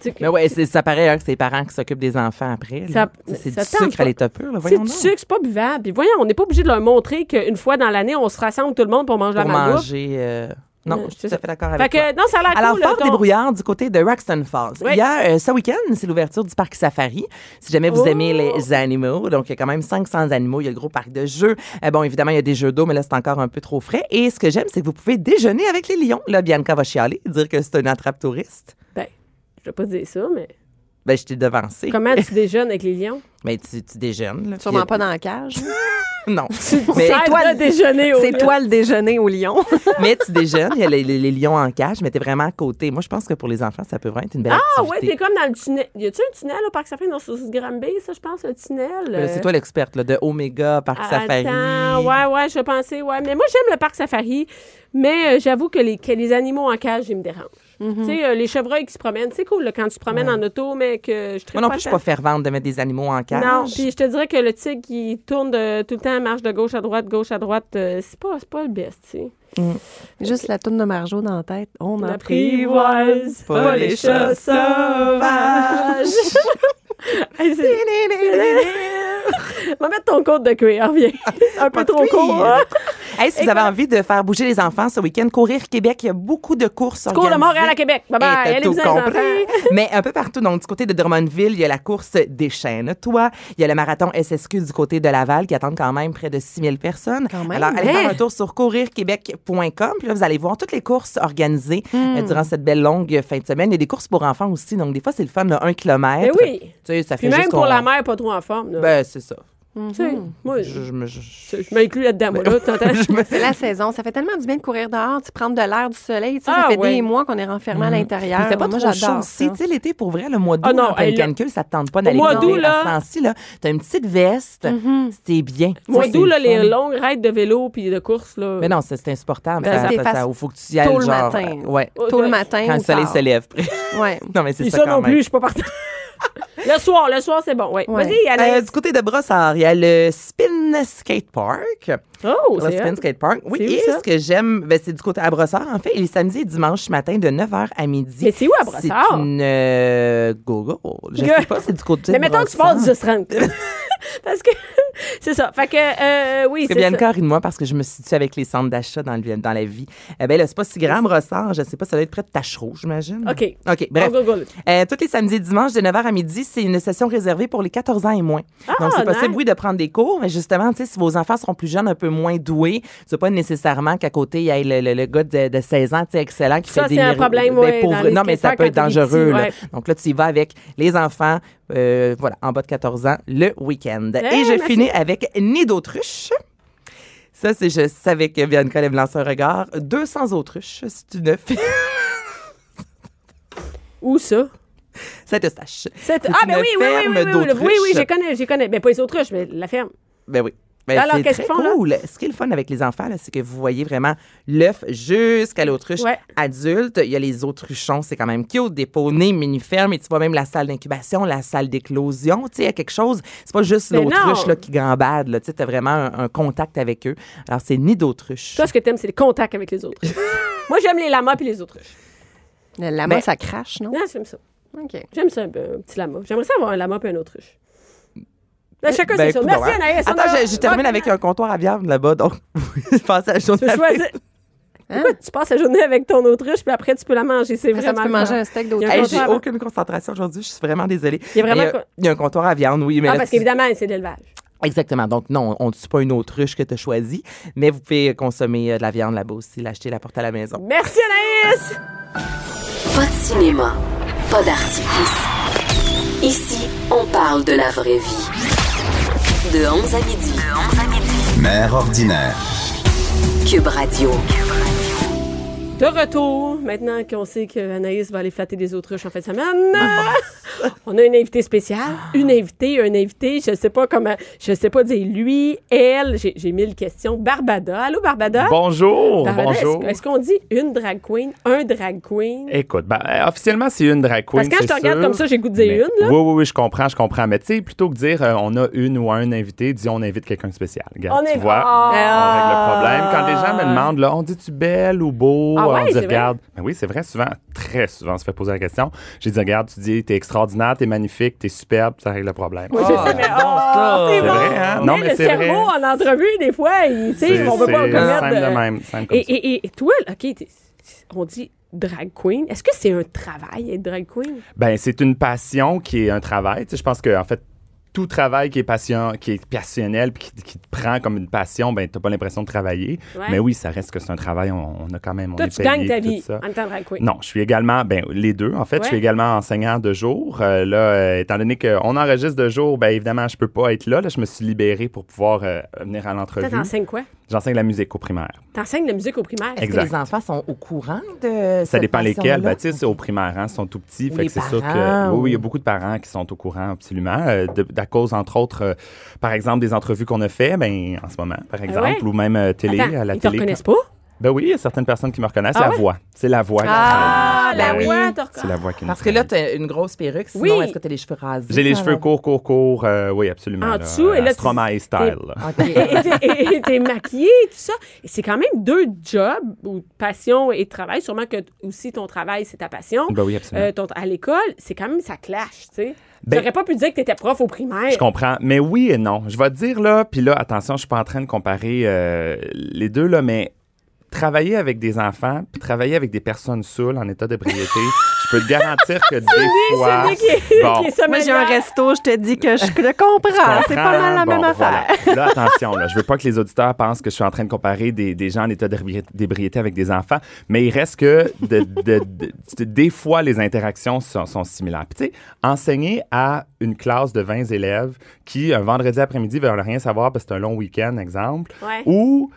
S3: Tu sais,
S4: Mais ouais, c'est- ça paraît hein, que c'est les parents qui s'occupent des enfants après. là.
S3: Ça-
S4: Tu sais, c'est
S3: ça
S4: du
S3: tente
S4: sucre à
S3: pas.
S4: l'étopure, là.
S3: C'est
S4: Voyons
S3: du
S4: donc.
S3: sucre, c'est pas buvable. Puis voyons, on n'est pas obligé de leur montrer qu'une fois dans l'année, on se rassemble tout le monde pour manger
S4: Pour
S3: la malbouffe.
S4: manger. euh,
S3: Non,
S4: Non, je
S3: c'est
S4: suis tout
S3: ça.
S4: à fait d'accord
S3: Fait
S4: avec toi.
S3: que, non, ça a l'air
S4: Alors,
S3: cool. là,
S4: Fort
S3: ton-
S4: débrouillard du côté de Roxton Falls.
S3: Oui.
S4: Hier, euh, ce week-end, c'est l'ouverture du parc Safari. Si jamais vous
S3: Oh!
S4: aimez les animaux, donc il y a quand même 500 animaux, il y a le gros parc de jeux. Euh, bon, évidemment, il y a des jeux d'eau, mais là, c'est encore un peu trop frais. Et ce que j'aime, c'est que vous pouvez déjeuner avec les lions. Là, Bianca va chialer, dire que c'est une attrape touriste.
S3: Ben, je vais pas dire ça, mais.
S4: Ben, je t'ai devancé.
S3: Comment tu déjeunes avec les lions?
S4: Mais tu, tu déjeunes. là,
S5: Sûrement
S4: puis
S5: pas dans la cage.
S4: il y a- Non.
S3: Mais
S4: mais,
S3: toi, de déjeuner au
S5: C'est toi le déjeuner au lion.
S4: mais tu déjeunes, il y a les, les- les lions en cage, mais t'es vraiment à côté. Moi, je pense que pour les enfants, ça peut vraiment être une belle
S3: Ah, ouais,
S4: activité.
S3: t'es comme dans le tunnel. Y a-tu un tunnel au Parc Safari? Non, c'est sur Granby, ça, je pense, le tunnel.
S4: Mais là,
S3: euh.
S4: Ben, C'est toi l'experte là, de Omega, Parc Safari.
S3: Attends, ouais, ouais, je pensais, ouais. Mais moi, j'aime le parc safari, mais euh, j'avoue que les, que les animaux en cage, ils me dérangent.
S4: Mm-hmm.
S3: Tu sais, euh, les chevreuils qui se promènent, c'est cool là, quand tu te promènes en auto, mais que je
S4: Moi non plus, je suis pas fervente de mettre des animaux en cage.
S3: Non, puis je te dirais que le tigre qui tourne de- tout le temps, marche de gauche à droite, gauche à droite, euh, c'est pas, c'est pas le best, tu sais.
S5: Juste la toune de Marjo dans la tête. On a pris.
S3: apprivoise
S4: pas les chats
S3: sauvages. Hey, c'est- Va mettre ton compte de cuir, viens. Un peu
S4: Pas de
S3: trop court. hein.
S4: cuir. Hey, si vous avez envie de faire bouger les enfants ce week-end, courir Québec, il y a beaucoup de courses
S3: Cours
S4: organisées.
S3: de Montréal à Québec. Bye bye.
S4: Hey, t'as
S3: Allez,
S4: tout
S3: vous
S4: compris. Mais un peu partout, donc du côté de Drummondville, il y a la course Déchaîne-toi. Il y a le marathon SSQ du côté de Laval qui attendent quand même près de 6000 personnes.
S5: même.
S4: Alors, allez
S3: Hein?
S4: faire un tour sur courirquebec.com. Puis là, vous allez voir toutes les courses organisées
S3: Hmm.
S4: euh, durant cette belle longue fin de semaine. Il y a des courses pour enfants aussi. Donc, des fois, c'est le fun, là, un kilomètre.
S3: Ben oui.
S4: Tu sais, ça fait
S3: Puis même
S4: juste
S3: pour
S4: qu'on-
S3: la mère, pas trop en forme. là.
S4: Ben, c'est ça.
S3: Tu sais, moi,
S4: Je,
S3: je,
S4: je me- je-
S3: je m'inclus là-dedans, moi, là, t'entends?
S5: C'est la saison. Ça fait tellement du bien de courir dehors, de prendre de l'air, du soleil. tu sais,
S3: Ah,
S5: ça fait
S3: ouais.
S5: des mois qu'on est renfermé à l'intérieur.
S4: Il fait Mhm. pas
S5: Moi,
S4: trop chaud
S5: j'adore
S4: aussi.
S5: ça.
S4: Tu sais, l'été, pour vrai, le mois d'août,
S3: Ah non,
S4: en pleine
S3: hey, là-
S4: canicule, ça te tente pas d'aller
S3: mois d'août,
S4: courir
S3: là-
S4: à ce temps-ci. là. T'as une petite veste, c'était bien.
S3: Moi,
S4: Ça,
S3: d'où
S4: c'est
S3: là,
S4: le
S3: les
S4: fun.
S3: longues raids de vélo puis de course, là.
S4: Mais non, c'est c'est insupportable.
S5: Ben,
S4: ça,
S5: c'est
S4: ça-
S5: face
S4: ça- faut que tu y ailles,
S5: tôt le
S4: genre,
S5: matin.
S4: euh, ouais.
S5: Tôt le matin.
S4: Quand
S5: ou
S4: le soleil
S5: tard.
S4: se lève.
S5: Ouais.
S4: non, mais c'est
S3: Puis
S4: ça,
S3: ça
S4: quand
S3: non
S4: même.
S3: plus, je suis pas partant. le soir, le soir, c'est bon. Ouais.
S5: Ouais.
S3: Vas-y,
S4: Euh,
S3: allez.
S4: du côté de Brossard, il y a le Spin Skate Park.
S3: oh,
S4: le
S3: c'est
S4: Spin
S3: hot.
S4: Skate Park. Oui,
S3: C'est où,
S4: et
S3: ça?
S4: ce que j'aime, ben, c'est du côté à Brossard, en fait. Il est samedi et dimanche matin de 9h à midi.
S3: Mais c'est où à Brossard?
S4: C'est une euh, go-go. Je
S3: Que-
S4: sais pas, c'est du côté
S3: Mais
S4: de
S3: mettons que tu
S4: Brossard.
S3: passes du 30. Parce que c'est ça. Fait que, euh, oui,
S4: Parce
S3: c'est
S4: que
S3: ça.
S4: Bianca rit de moi parce que je me situe avec les centres d'achat dans, le- dans la vie. Eh bien, là, c'est pas si grand, Brossard. Je sais pas, ça doit être près de Tachereau, j'imagine.
S3: OK.
S4: OK, bref.
S3: On google.
S4: Euh, tous les samedis et dimanches de 9h à midi, c'est une session réservée pour les 14 ans et moins. Donc, c'est possible,
S3: Ah, nice.
S4: oui, de prendre des cours, mais justement, tu sais, si vos enfants seront plus jeunes, un peu moins doués, c'est pas nécessairement qu'à côté, il y ait le, le- le gars de, de 16 ans, tu sais, excellent, qui
S3: Ça,
S4: fait des
S3: c'est un
S4: miracles-
S3: problème,
S4: des
S3: ouais, dans
S4: pauvres.
S3: les
S4: Non, mais ça
S3: skateparks
S4: peut être
S3: quand t'es
S4: dangereux.
S3: petit,
S4: là.
S3: ouais.
S4: Donc là, tu y vas avec les enfants, euh, voilà, en bas de 14 ans, le week-end.
S3: Eh,
S4: et je
S3: merci.
S4: finis avec Nid d'autruche. Ça, c'est je savais que Bianca allait me lancer un regard. 200 autruches, c'est une fille.
S3: Où ça?
S4: Saint-Eustache.
S3: Cette-
S4: C'est
S3: Ah, ben
S4: une
S3: oui, oui, oui, oui, oui, oui,
S4: d'autruche.
S3: oui, oui, j'y connais, j'y connais. Ben, pas les autruches, mais la ferme.
S4: Ben oui. Ben,
S3: Alors,
S4: c'est
S3: qu'est-ce
S4: très
S3: qu'ils font, là?
S4: cool. Ce qui est le fun avec les enfants, là, c'est que vous voyez vraiment l'œuf jusqu'à l'autruche
S3: Ouais.
S4: adulte. Il y a les autruchons, c'est quand même cute, des poneys mini-fermes, et tu vois même la salle d'incubation, la salle d'éclosion. Tu sais, il y a quelque chose. C'est pas juste
S3: Ben
S4: l'autruche
S3: non.
S4: là, qui gambade. Là. Tu sais, t'as vraiment un, un contact avec eux. Alors, c'est ni d'autruche.
S3: Toi, ce que t'aimes, c'est les contacts avec les autres. Moi, j'aime les lamas puis les autruches.
S5: Le lama,
S4: Ben-
S5: ça crache, non?
S3: Non, j'aime ça.
S5: OK.
S3: J'aime ça, un, peu, un petit lama. J'aimerais ça avoir un lama puis un autruche. Ben, chacun
S4: Ben,
S3: ses choses.
S4: écoute,
S3: Merci,
S4: ben,
S3: Anaïs. On
S4: Attends,
S3: a-
S4: je, je termine
S3: Ah,
S4: avec un comptoir à viande là-bas. Donc, passez la journée
S3: Tu peux
S4: avec-
S3: choisir.
S4: Hein?
S3: Écoute, tu passes la journée avec ton autruche, puis après, tu peux la manger. C'est
S5: Après ça,
S3: vraiment.
S5: tu peux
S3: le
S5: manger
S3: fun. Ah,
S5: un steak
S3: Il y a
S5: d'autruche.
S3: un
S4: Hey, j'ai
S3: comptoir à-
S4: aucune concentration aujourd'hui, je suis vraiment désolée.
S3: Il y a vraiment
S4: Mais, euh,
S3: quoi-
S4: il y a un comptoir à viande, oui, mais
S3: Ah,
S4: là,
S3: parce
S4: tu-
S3: qu'évidemment, c'est de l'élevage.
S4: Exactement. Donc, non, on ne tue pas une autruche que tu as choisie, mais vous pouvez consommer euh, de la viande là-bas aussi, l'acheter, la porter à la maison.
S3: Merci, Anaïs!
S1: Pas de cinéma, pas d'artifice. Ici, on parle de la vraie vie. De 11 à midi. De 11 à midi.
S2: Mère ordinaire.
S1: Cube Radio.
S3: De retour, maintenant qu'on sait qu'Anaïs va aller flatter des autruches en fin de semaine,
S6: Ah,
S3: on a une invitée spéciale, une invitée, un invité, je sais pas comment, je sais pas dire lui, elle, j'ai j'ai mille questions. Barbada, allô Barbada?
S6: Bonjour,
S3: Barbada, est-ce-
S6: bonjour.
S3: Est-ce qu'on dit une drag queen, un drag queen?
S6: Écoute, ben, euh, officiellement, c'est une drag
S3: Parce
S6: queen.
S3: que quand je te
S6: c'est
S3: regarde
S6: sûr.
S3: comme ça, j'ai le goût de dire
S6: Mais-
S3: une, là.
S6: Oui, oui, oui, je comprends, je comprends. Mais tu sais, plutôt que dire euh, on a une ou un invité, dis on invite quelqu'un de spécial. Regarde,
S3: On est-
S6: tu vois,
S3: Ah!
S6: on règle le problème. Quand les gens me demandent, là, on dit-tu belle ou beau?
S3: Ah
S6: Euh,
S3: ouais,
S6: on dit,
S3: c'est
S6: regarde. Ben oui, c'est vrai, souvent, très souvent, on se fait poser la question. J'ai dit, regarde, tu dis, t'es extraordinaire, t'es magnifique, t'es superbe, ça règle le problème. Ah,
S3: Je sais, mais oh, c'est
S4: Ah,
S6: C'est
S3: bon.
S6: vrai, hein?
S3: Mais
S6: Non, mais
S3: le
S6: c'est
S3: cerveau,
S6: vrai.
S3: en entrevue, des fois, il, tu sais,
S6: C'est-
S3: on va pas
S6: c'est
S3: commettre...
S6: simple
S3: euh,
S6: de même, simple comme
S3: Et,
S6: ça.
S3: et, et toi, OK, t'es- on dit drag queen. Est-ce que c'est un travail, être drag queen?
S6: Ben, c'est une passion qui est un travail. Tu sais, je pense que, en fait, tout travail qui est, passion, qui est passionnel puis qui, qui te prend comme une passion, ben, t'as pas l'impression de travailler.
S3: Ouais.
S6: Mais oui, ça reste que c'est un travail. On, on a quand même. on
S3: Toi,
S6: est
S3: tu
S6: payé,
S3: gagnes ta
S6: tout
S3: vie
S6: ça.
S3: en tant que drag queen.
S6: Non, je suis également, ben, les deux, en fait.
S3: Ouais.
S6: Je suis également enseignant de jour. Euh, là, euh, étant donné qu'on enregistre de jour, ben, évidemment, je peux pas être là. Là, je me suis libéré pour pouvoir euh, venir à
S3: Toi,
S6: l'entrevue.
S3: t'enseignes quoi?
S6: J'enseigne la musique au primaire.
S3: T'enseignes la musique au primaire.
S4: Est-ce que
S6: Exact.
S4: les enfants sont au courant de
S6: Ça
S4: cette
S6: dépend lesquels.
S4: passion-là?
S6: Ben, tu sais, c'est au primaire, hein, ils sont tout petits.
S4: Ou
S6: Fait
S4: les
S6: que c'est sûr
S4: parents,
S6: que. Oui, oui, il y a
S4: ou-
S6: beaucoup de parents qui sont au courant, absolument. Euh, de, d'à cause, entre autres, euh, par exemple, des entrevues qu'on a fait, ben, en ce moment, par exemple,
S3: Ah ouais?
S6: ou même euh, télé,
S3: Attends,
S6: à la
S3: ils te
S6: télé.
S3: reconnaissent pas?
S6: Ben oui, il y a certaines personnes qui me reconnaissent.
S3: Ah
S6: la
S3: ouais?
S6: voix. C'est la voix. qui nous
S3: Ah,
S6: traîne.
S3: la
S6: Ben oui.
S3: voix, t'as reconnu.
S6: C'est la voix qui nous
S4: Parce que là,
S6: traîne.
S4: t'as une grosse perruque. Sinon,
S3: Oui.
S4: est-ce que t'as les cheveux rasés?
S6: j'ai les
S4: Ah,
S6: cheveux
S4: là.
S6: courts, courts, courts. euh, oui, absolument.
S3: En
S6: là,
S3: dessous, et là, tu-
S6: Stromae style. là.
S4: Ah, OK.
S3: et t'es- et- et t'es maquillée et tout ça. Et c'est quand même deux jobs, ou passion et travail. Sûrement que t- aussi ton travail, c'est ta passion.
S6: Ben oui, absolument.
S3: Euh, ton- à l'école, c'est quand même, ça clash, tu sais.
S6: Ben-
S3: J'aurais pas pu dire que t'étais prof au primaire.
S6: Je comprends. Mais oui et non. Je vais te dire, là, puis là, attention, je suis pas en train de comparer euh, les deux, là, mais travailler avec des enfants, puis travailler avec des personnes saoules en état d'ébriété, je peux te garantir que des fois...
S3: C'est lui qui est-
S6: Bon,
S3: qui est sommelière.
S5: Moi, j'ai un resto, je te dis que je le comprends.
S6: comprends,
S5: C'est pas mal la
S6: hein? Bon,
S5: même affaire.
S6: voilà. Là, attention, là, je veux pas que les auditeurs pensent que je suis en train de comparer des, des gens en état d'ébri- d'ébriété avec des enfants, mais il reste que de- de- de- de- des fois, les interactions sont, sont similaires. Puis, tu sais, enseigner à une classe de 20 élèves qui, un vendredi après-midi, veulent rien savoir parce que c'est un long week-end, exemple,
S3: Ouais.
S6: ou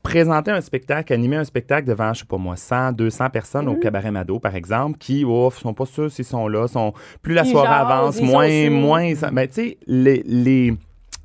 S6: présenter un spectacle, animer un spectacle devant, je sais pas moi, 100, 200 personnes
S3: Mhm.
S6: au Cabaret Mado, par exemple, qui, ouf, sont pas sûrs s'ils sont là, sont, plus la
S3: Ils
S6: soirée
S3: jasent,
S6: avance,
S3: ils sont Mhm.
S6: moins,
S3: sous.
S6: moins, ça- ben, tu sais, les, les,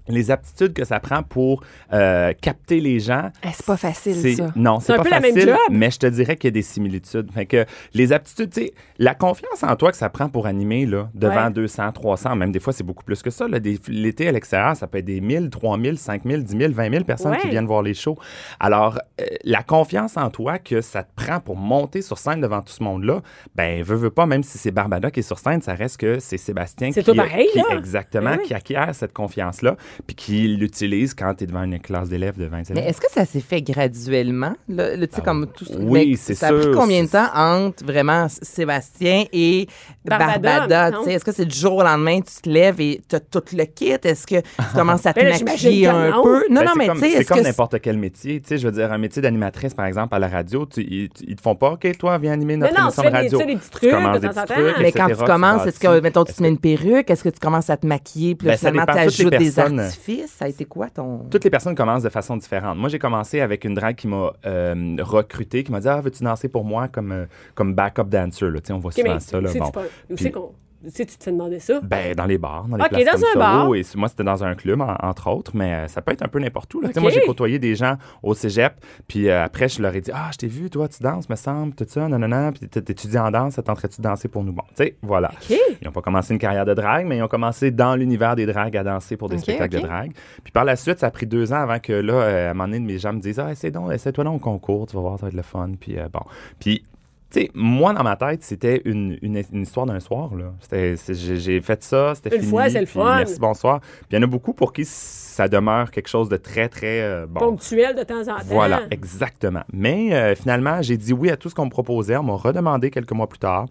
S6: les aptitudes que ça prend pour euh, capter les gens.
S5: Eh, c'est pas facile,
S6: c'est-
S5: ça.
S6: Non, c'est
S3: un
S6: pas
S3: peu la même
S6: facile,
S3: job.
S6: mais je te dirais qu'il y a des similitudes. Fait que les aptitudes, tu sais, la confiance en toi que ça prend pour animer, là, devant
S3: Ouais.
S6: 200, 300, même des fois, c'est beaucoup plus que ça. là. Des- L'été à l'extérieur, ça peut être des 1000, 3000, 5000, 10 000, 20 000 personnes qui
S3: Ouais.
S6: viennent voir les shows. Alors, euh, la confiance en toi que ça te prend pour monter sur scène devant tout ce monde-là, ben, veux, veux pas, même si c'est Barbada qui est sur scène, ça reste que c'est Sébastien
S3: C'est
S6: qui, euh,
S3: toi pareil,
S6: qui-
S3: là.
S6: exactement,
S3: Ben oui.
S6: qui acquiert cette confiance-là, puis qui l'utilise quand tu es devant une classe d'élèves de 20
S4: Mais
S6: élèves.
S4: est-ce que ça s'est fait graduellement? Le, le- tu sais, comme tout
S6: Ben, oui,
S4: mais
S6: c'est
S4: Ça a pris
S6: sûr,
S4: combien de
S6: c'est-
S4: temps entre vraiment S- Sébastien et
S3: Barbada,
S4: Barbada?
S3: non?
S4: tu sais? Est-ce que c'est du jour au lendemain, tu te lèves et tu as tout le kit? Est-ce que tu commences à te
S3: Ben là,
S4: maquiller
S3: j'imagine que
S4: un
S3: non.
S4: peu? Non,
S6: Ben,
S4: non,
S6: c'est
S4: mais
S6: comme-
S4: tu sais,
S6: c'est
S4: est-ce
S6: comme
S4: que.
S6: n'importe quel métier. Tu sais, je veux dire, un métier d'animatrice, par exemple, à la radio, tu- ils, ils te font pas, OK, toi, viens animer notre
S3: non, tu
S6: émission
S3: fais
S6: de
S3: des-
S6: radio.
S3: tu sais, des petits trucs
S6: commences
S3: de
S6: des
S3: temps en temps.
S6: petits trucs,
S4: Mais quand
S6: etc.,
S4: tu commences, est-ce que,
S6: bâtis.
S4: mettons, tu te
S6: Est-ce
S4: mets une perruque? Est-ce que tu commences à te maquiller? Puis là,
S6: Ben, ça
S4: finalement, tu
S6: dépend. Toutes les
S4: ajoutes des
S6: personnes-
S4: artifices? Ça a été quoi ton.
S6: toutes les personnes commencent de façon différente. Moi, j'ai commencé avec une drague qui m'a euh, recruté, qui m'a dit Ah, veux-tu danser pour moi comme, euh, comme backup dancer là? Tu sais, On voit
S3: Ok,
S6: souvent
S3: mais
S6: ça. Là,
S3: sais-tu
S6: bon.
S3: pas- où
S6: Puis-
S3: c'est qu'on- tu sais, tu te fais demander ça?
S6: Ben, dans les bars, dans les
S3: Ok,
S6: places
S3: dans
S6: comme
S3: un
S6: ça.
S3: bar.
S6: Oui, c'est- moi, c'était dans un club, en- entre autres, mais euh, ça peut être un peu n'importe où. là. Tu sais,
S3: Ok.
S6: Moi, j'ai côtoyé des gens au cégep, puis euh, après, je leur ai dit « Ah, je t'ai vu, toi, tu danses, me semble, tout ça, nanana, puis t'é- t'étudies en danse, ça te tenterait-tu de danser pour nous? » Bon, tu sais, voilà.
S3: OK.
S6: Ils n'ont pas commencé une carrière de drague, mais ils ont commencé dans l'univers des dragues à danser pour des spectacles
S5: ok.
S6: de drague. Puis par la suite, ça a pris deux ans avant que, là, euh, à un moment donné, mes gens me disent « Ah, essaie donc, essaie-toi donc au concours, tu vas voir, ça va être le fun. » Puis euh, bon. Puis tu sais, moi, dans ma tête, c'était une, une- une histoire d'un soir. Là. C'était- c'est- j'ai, j'ai fait ça, c'était
S3: Une
S6: fini.
S3: fois, c'est le
S6: puis
S3: fun.
S6: Merci, bonsoir. Puis il y en a beaucoup pour qui ça demeure quelque chose de très, très euh, bon.
S3: Ponctuel de temps en temps.
S6: Voilà, exactement. Mais euh, finalement, j'ai dit oui à tout ce qu'on me proposait. On m'a redemandé quelques mois plus tard.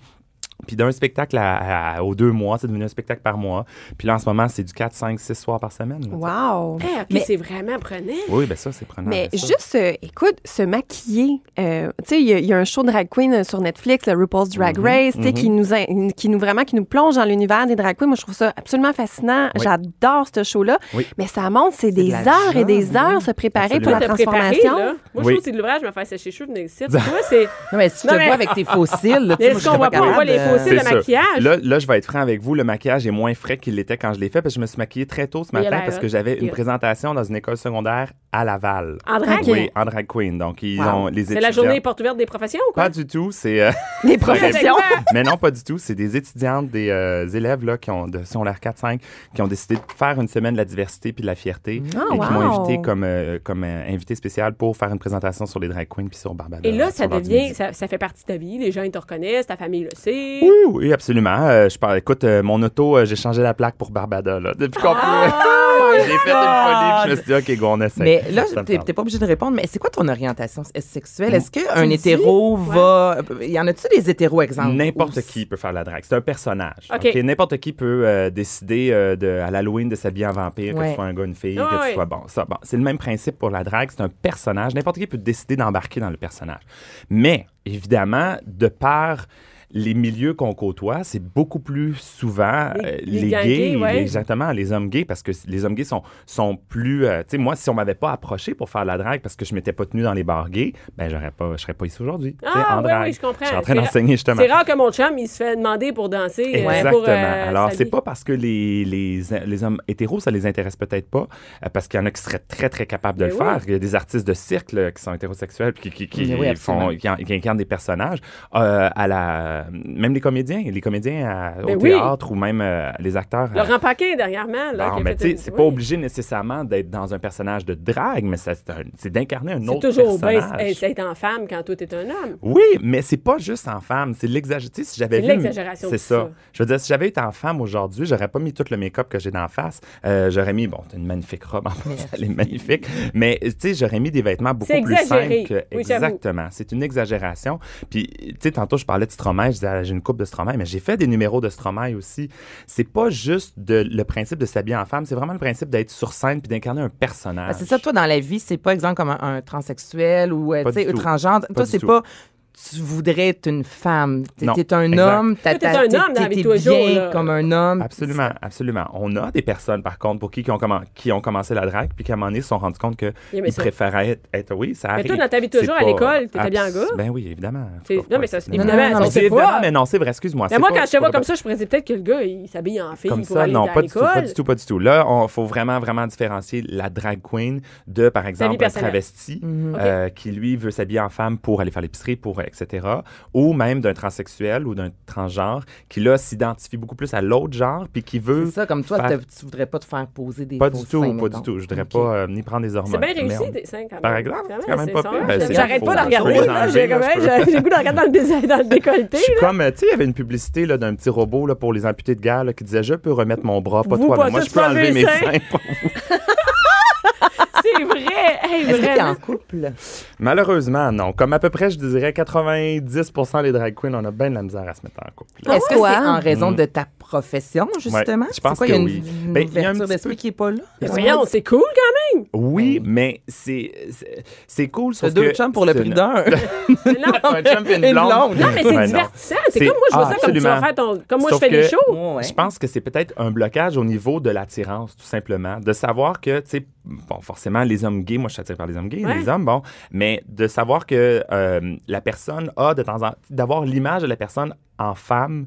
S6: Puis d'un spectacle à- à- aux deux mois, c'est devenu un spectacle par mois. Puis là, en ce moment, c'est du 4, 5, 6 soirs par semaine. là.
S5: Wow!
S3: Eh, ok, c'est vraiment prenant.
S6: Oui, bien ça, c'est prenant.
S5: Mais
S6: bien sûr.
S5: juste, euh, écoute, se maquiller. euh, tu sais, il y, a- il y a un show drag queen euh, sur Netflix, le RuPaul's Drag
S6: Mm-hmm.
S5: Race, tu sais, qui nous, in- qui nous vraiment, qui nous plonge dans l'univers des drag queens. Moi, je trouve ça absolument fascinant.
S6: Oui.
S5: J'adore ce show-là.
S6: Oui.
S5: Mais ça montre, c'est des
S4: de la
S5: heures et
S4: job,
S5: des heures se préparer pour
S6: Absolument.
S5: la
S3: T'as préparé,
S5: transformation.
S3: là. Moi,
S6: Oui.
S3: je trouve que c'est de l'ouvrage, je me faire sécher les cheveux, venez ici. Toi, c'est...
S4: Non, mais si tu
S3: Non,
S4: te
S3: mais-
S4: vois avec tes fossiles, là, tu sais,
S3: Est-ce
S4: moi, je
S3: qu'on
S4: serais
S3: voit pas, on voit les
S4: capable de-
S3: fossiles?
S6: C'est
S3: le
S6: sûr.
S3: maquillage.
S6: Là, là, je vais être franc avec vous, le maquillage est moins frais qu'il l'était quand je l'ai fait parce que je me suis maquillée très tôt ce
S3: Mais il a
S6: matin
S3: l'air
S6: parce
S3: hot.
S6: que j'avais
S3: Il
S6: une
S3: a-
S6: présentation dans une école secondaire à Laval.
S3: En drague?
S6: Oui, en drag queen. Donc, ils
S4: Wow.
S6: ont les
S3: C'est la
S6: étudiants-
S3: journée porte ouverte des professions, quoi.
S6: Pas du tout, c'est... euh,
S5: Des professions.
S6: mais non, pas du tout. C'est des étudiantes, des euh, élèves là, qui ont, de, si on l'air 4-5, qui ont décidé de faire une semaine de la diversité puis de la fierté.
S5: Ah,
S6: et qui m'ont
S5: wow.
S6: invité comme, euh, comme euh, invité spécial pour faire une présentation sur les drag queens puis sur Barbada.
S3: Et là,
S6: sur
S3: ça
S6: l'heure du
S3: devient,
S6: midi.
S3: ça, ça fait partie de ta vie. Les gens, ils te reconnaissent, ta famille le sait.
S6: Oui, oui, absolument. Euh, je parle, écoute, euh, mon auto, euh, j'ai changé la plaque pour Barbada. Là. Depuis
S4: Ah!
S6: qu'on peut. j'ai fait une folie, puis je me suis dit, OK, go, on essaie.
S4: Oh Mais là,
S6: Ça me
S4: t'es
S6: parle.
S4: t'es pas obligé de répondre, mais c'est quoi ton orientation s- sexuelle? Est-ce qu'un
S3: le
S4: hétéro va. euh, Y en a-tu des hétéros, exemple?
S6: N'importe
S4: Ou-
S6: qui peut faire la drague. C'est un personnage.
S3: OK.
S6: OK? N'importe qui peut euh, décider euh, de, à l'Halloween de s'habiller en vampire, que
S4: Ouais.
S6: tu sois un gars, une fille,
S3: Ouais,
S6: que
S3: ouais.
S6: tu sois bon. Ça, bon. C'est le même principe pour la drague. C'est un personnage. N'importe qui peut décider d'embarquer dans le personnage. Mais, évidemment, de par les milieux qu'on côtoie, c'est beaucoup plus souvent
S3: Les-
S6: euh,
S3: les
S6: les,
S3: gars
S6: gays,
S3: gays, ouais.
S6: les- exactement, les hommes gays, parce que c- les hommes gays sont, sont plus... euh, tu sais, moi, si on m'avait pas approché pour faire de la drague parce que je m'étais pas tenu dans les bars gays, ben, j'aurais pas, je serais pas ici aujourd'hui. tu sais,
S3: Ah,
S6: en
S3: oui,
S6: drague.
S3: oui, je comprends.
S6: Je suis en train
S3: C'est ra-
S6: d'enseigner, justement.
S3: C'est rare que mon chum, il se fait demander pour danser. euh,
S6: Exactement.
S3: pour, euh,
S6: Alors, c'est
S3: s'habiller.
S6: pas parce que les, les, les hommes hétéros, ça les intéresse peut-être pas, euh, parce qu'il y en a qui seraient très, très capables de
S3: Mais
S6: le
S3: Ben oui. Ben
S6: faire. Il y a des artistes de cirque là, qui sont hétérosexuels puis qui, qui, qui
S4: Mais oui, absolument.
S6: font, qui, en- qui incarnent des personnages. Euh, à la, même les comédiens, les comédiens à- au
S3: Mais Ben oui.
S6: théâtre ou même euh, les acteurs. à-
S3: Laurent Paquin, dernièrement. Là,
S6: Bon,
S3: qui a
S6: mais
S3: fait
S6: tu sais,
S3: une-
S6: c'est
S3: oui.
S6: pas obligé nécessairement d'être dans un personnage de drague, mais ça, c'est un- c'est d'incarner un
S3: C'est
S6: autre
S3: toujours bien
S6: personnage.
S3: c'est- être en femme quand tout est un homme.
S6: Oui, mais c'est pas juste en femme, c'est l'exagération. Si j'avais
S3: C'est
S6: vu-
S3: l'exagération
S6: C'est
S3: de
S6: ça.
S3: ça.
S6: Je veux dire, si j'avais été en femme aujourd'hui, j'aurais pas mis tout le make-up que j'ai d'en face. Euh, j'aurais mis, bon, t'as une magnifique robe en plus, elle est magnifique. Mais tu sais, j'aurais mis des vêtements beaucoup
S3: C'est
S6: plus
S3: exagéré.
S6: simples. que-
S3: Oui, j'avoue.
S6: Exactement. C'est une exagération. Puis, tu sais, tantôt, je parlais de Stromae, je disais, ah, j'ai une coupe de Stromae, mais j'ai fait des numéros de Stromae aussi. C'est pas juste de- le principe de s'habiller en femme, c'est vraiment le principe d'être sur scène puis d'incarner un personnage.
S4: Ben, c'est ça, toi, dans la vie, c'est pas exemple comme un, un transsexuel ou euh,
S6: Pas
S4: tu sais,
S6: du tout.
S4: transgenre.
S6: Pas
S4: Toi,
S6: du
S4: c'est
S6: tout.
S4: pas. Tu voudrais être une femme. T'es,
S6: Non,
S4: t'es un
S6: exact.
S4: homme. T'as,
S3: Toi, t'es un homme dans la vie de tous les jours,
S4: bien
S3: là.
S4: comme un
S3: Mm.
S4: homme.
S6: Absolument, absolument. On a des personnes, par contre, pour qui, qui, ont, commen- qui ont commencé la drague, puis qu'à un moment donné, se sont rendus compte que
S3: Il aimait
S6: ils
S3: ça.
S6: préféraient être, être- Oui, ça
S3: Mais
S6: arrive.
S3: toi, dans ta vie de toujours,
S6: C'est
S3: à l'école, t'étais
S6: abs-
S3: bien un gars?
S6: Ben oui, évidemment.
S3: C'est- non, mais ça,
S6: c'est
S3: évidemment,
S4: Non, non,
S3: ça,
S4: mais
S3: c'est
S6: c'est
S3: pas-
S6: évidemment, mais non, c'est vrai, excuse-moi.
S3: Mais
S6: c'est
S3: moi,
S6: pas-
S3: quand je te vois
S6: c'est
S3: comme
S6: pas-
S3: ça, je me disais peut-être que le gars, il s'habille en fille
S6: Comme
S3: pour
S6: ça,
S3: aller
S6: non,
S3: à
S6: pas du tout,
S3: l'école.
S6: pas du tout, pas du tout. Là, il faut vraiment, vraiment différencier la drag queen de, par exemple, un
S3: personnelle. Mm.
S6: travesti
S4: Mhm.
S6: euh, qui, lui, veut s'habiller en femme pour aller faire l'épicerie, pour euh, etc. Ou même d'un transsexuel ou d'un transgenre qui, là, s'identifie beaucoup plus à l'autre genre, puis qui veut...
S4: C'est ça, comme toi,
S6: faire-
S4: t'as- tu voudrais pas te faire poser des
S6: Pas du
S4: faux
S6: tout,
S4: seins,
S6: pas
S4: mettons.
S6: du tout. Je voudrais
S4: Ok.
S6: pas euh, ni prendre des hormones.
S3: C'est bien
S6: Mais
S3: réussi,
S6: on-
S3: des cinq, quand même.
S6: Par exemple, c'est quand même pas pire. Ben, c'est
S3: J'arrête
S6: faux.
S3: pas de regarder.
S6: Faut
S3: là,
S6: manger,
S3: J'ai
S6: là,
S3: comme-
S6: je peux
S3: j'ai- j'ai le goût de regarder dans le, dés- dans le décolleté.
S6: Je suis comme, euh, tu sais, il y avait une publicité là, d'un petit robot là, pour les amputés de guerre là, qui disait Je peux remettre mon bras, pas
S3: Vous,
S6: toi,
S3: pas
S6: mais moi
S3: toi,
S6: je
S3: tu
S6: peux
S3: peux
S6: enlever
S3: enlever
S6: mes
S3: les seins.
S6: seins. pour vous.
S3: C'est vrai. Hey,
S4: Est-ce que t'es en
S3: vraiment.
S4: couple?
S6: Malheureusement, non. Comme à peu près, je dirais 90 des drag queens, on a bien de la misère à se mettre en couple. là.
S4: Est-ce que
S5: Pourquoi?
S4: c'est en raison de ta profession, justement?
S6: Hmm. je pense
S4: c'est quoi, il y a
S6: que
S4: une,
S6: oui.
S4: une
S6: Ben, il y a un
S4: ouverture
S6: petit
S4: d'esprit
S6: peu-
S4: qui n'est pas là?
S3: Mais Voyons, c'est cool quand
S6: Oui, mais c'est, c'est, c'est cool.
S4: T'as
S6: sauf
S4: deux
S6: que
S4: chums pour le
S6: c'est
S4: prix
S6: une-
S4: d'un.
S3: même. Non,
S6: Un chum et une
S4: Une
S6: blonde.
S4: blonde.
S3: non, mais c'est
S6: Ouais, Ben non.
S3: divertissant. C'est
S6: C'est-
S3: comme moi, je vois
S6: ah,
S3: ça comme tu vas
S6: absolument.
S3: faire ton. Comme moi, je
S6: Sauf
S3: fais des
S6: que-
S3: shows.
S4: Ouais.
S6: Je pense que c'est peut-être un blocage au niveau de l'attirance, tout simplement. De savoir que, tu sais, bon, forcément, les hommes gays, moi, je suis attirée par les hommes gays,
S3: Ouais.
S6: les hommes, bon, mais de savoir que euh, la personne a de temps en d'avoir l'image de la personne en femme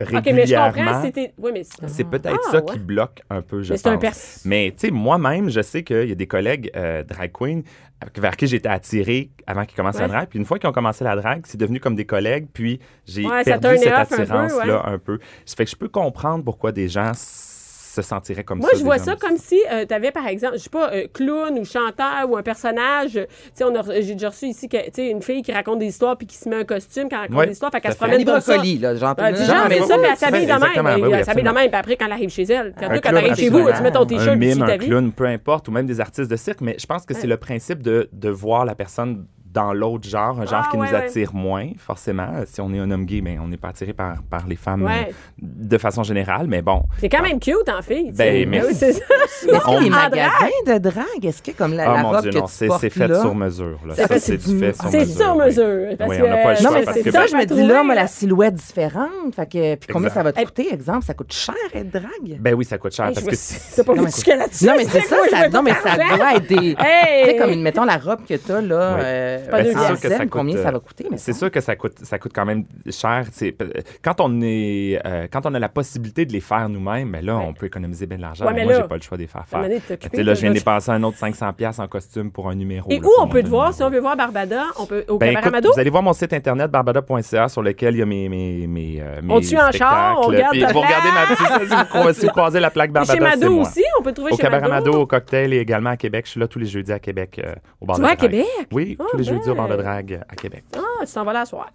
S3: Ok, mais je
S6: régulièrement.
S3: comprends. c'était- Oui, mais c'est-
S6: c'est peut-être
S3: Ah,
S6: ça
S3: ouais.
S6: qui bloque un peu, je
S3: Mais
S6: pense.
S3: c'est un pers-
S6: Mais tu sais, moi-même, je sais qu'il y a des collègues euh, drag queens avec- vers qui j'étais attirée avant qu'ils commencent
S3: Ouais.
S6: la drague. Puis une fois qu'ils ont commencé la drague, c'est devenu comme des collègues. Puis j'ai
S3: Ouais, ça
S6: perdu
S3: turn it
S6: cette
S3: off un peu,
S6: attirance-là un peu. Ça fait que je peux comprendre pourquoi des gens s- se sentiraient comme
S3: Moi,
S6: ça.
S3: je vois
S6: des
S3: ça
S6: gens-
S3: comme si tu avais, par exemple, je sais pas, euh, clown ou chanteur ou un personnage. Euh, Tu sais, on a re- j'ai déjà reçu ici que, tu sais, une fille qui raconte des histoires puis qui se met un costume, qui raconte
S6: Ouais,
S3: des histoires, fait qu'elle
S6: tout
S3: se
S6: à fait.
S3: promène
S4: Les
S3: comme ça.
S4: brocolis, là, genre.
S3: Ben,
S4: non,
S3: dis
S4: non,
S3: genre,
S4: mais
S3: c'est ça, puis
S6: oui,
S3: elle
S6: tout à
S3: s'habille
S6: fait,
S3: de même.
S6: exactement,
S3: Ben,
S6: oui, oui,
S3: elle s'habille de
S6: absolument.
S3: même, puis après, quand elle arrive chez elle, quand,
S6: Un
S3: toi, quand
S6: clown,
S3: t'arrives chez vous,
S6: absolument.
S3: tu mets ton t-shirt,
S6: un
S3: puis tu
S6: mime, un
S3: t'habilles.
S6: clown, peu importe, ou même des artistes de cirque, mais je pense que c'est le principe de, de voir la personne dans l'autre genre, un genre
S3: Ah,
S6: qui
S3: ouais,
S6: nous
S3: ouais.
S6: attire moins, forcément. Euh, Si on est un homme gay, ben, on n'est pas attiré par, par les femmes
S3: Ouais.
S6: euh, de façon générale, mais bon.
S3: C'est quand même cute, en fille. tu sais.
S6: Ben, merci.
S3: oui, c'est ça.
S4: Est-ce
S6: On-
S4: que les
S3: En drague?
S4: magasins de drague, est-ce que comme la,
S6: Ah,
S4: la
S6: mon
S4: robe
S6: Dieu,
S4: que
S6: non,
S4: tu
S6: c'est
S4: portes
S6: c'est fait
S4: là,
S6: sur mesure. là.
S4: Ça
S6: Ça,
S4: fait
S6: c'est
S4: du-
S6: du fait
S4: Ah,
S6: sur mesure.
S3: C'est sur
S6: oui.
S3: mesure. parce
S6: Oui, on n'a
S3: que,
S6: pas le
S3: euh,
S6: choix
S4: Non, mais
S6: parce
S4: c'est
S6: que- ben,
S4: ça, je me dis là,
S3: trouvé,
S4: mais la silhouette différente. Fait que, puis combien
S6: Exact.
S4: ça va te coûter, exemple? Ça coûte cher être drague?
S6: Ben oui, ça coûte cher
S3: Hey, je
S6: parce
S3: me
S6: que
S3: suis-
S6: si-
S3: T'as pas
S4: Non,
S3: vu
S4: mais-
S3: jusqu'à là-dessus?
S4: Non, mais c'est ça,
S3: quoi, je
S4: ça,
S3: veux
S4: non, mais
S3: pas
S4: ça
S3: d'argent.
S4: doit être des.
S3: Hey!
S4: Tu sais, comme, mettons, la robe que t'as, là,
S6: Oui.
S3: pas
S4: euh, en
S6: Ben, c'est
S3: deux
S6: sûr que
S4: scène,
S6: ça coûte,
S4: combien
S6: euh,
S4: ça va coûter? mais
S6: C'est
S4: ça?
S6: sûr que ça coûte, ça coûte quand même cher. C'est- Quand on, est, euh, quand on a la possibilité de les faire nous-mêmes, mais là, on peut économiser bien de l'argent.
S3: Ouais,
S6: mais
S3: mais
S6: moi,
S3: là,
S6: j'ai pas le choix de les faire
S3: à un
S6: faire.
S3: moment donné, de t'occuper,
S6: Tu sais, là, je viens
S3: là,
S6: de
S3: je-
S6: dépenser un autre 500$ en costume pour un numéro.
S3: Et
S6: là,
S3: où
S6: pour
S3: on peut
S6: monter
S3: te
S6: le
S3: voir?
S6: numéro.
S3: Si on veut voir Barbada, on peut au
S6: Ben,
S3: Cabaret
S6: écoute,
S3: Amado?
S6: vous allez voir mon site internet barbada.ca sur lequel il y a mes mes mes euh, mes
S3: On tue en char, on
S6: spectacles.
S3: regarde
S6: Puis
S3: ta
S6: vous regardez ma petite si vous, croisez, si vous croisez la plaque
S3: Et
S6: Barbada
S3: chez
S6: c'est
S3: Mado
S6: moi.
S3: aussi, on peut le trouver
S6: Au
S3: chez
S6: Cabaret Mado,
S3: Mado.
S6: au cocktail et également à Québec. Je suis là tous les jeudis à Québec euh, au bar
S3: Tu
S6: de
S3: vas à
S6: drague.
S3: Québec?
S6: Oui,
S3: Ah,
S6: tous les jeudis au bar de
S3: ben.
S6: drague à Québec.
S3: Ah, tu t'en vas là la soirée.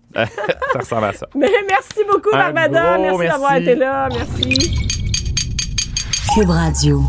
S6: ça ressemble à ça.
S3: Mais merci beaucoup,
S6: Un
S3: Barbada.
S6: gros
S3: merci d'avoir
S6: merci.
S3: été là. Merci.
S1: Cube Radio.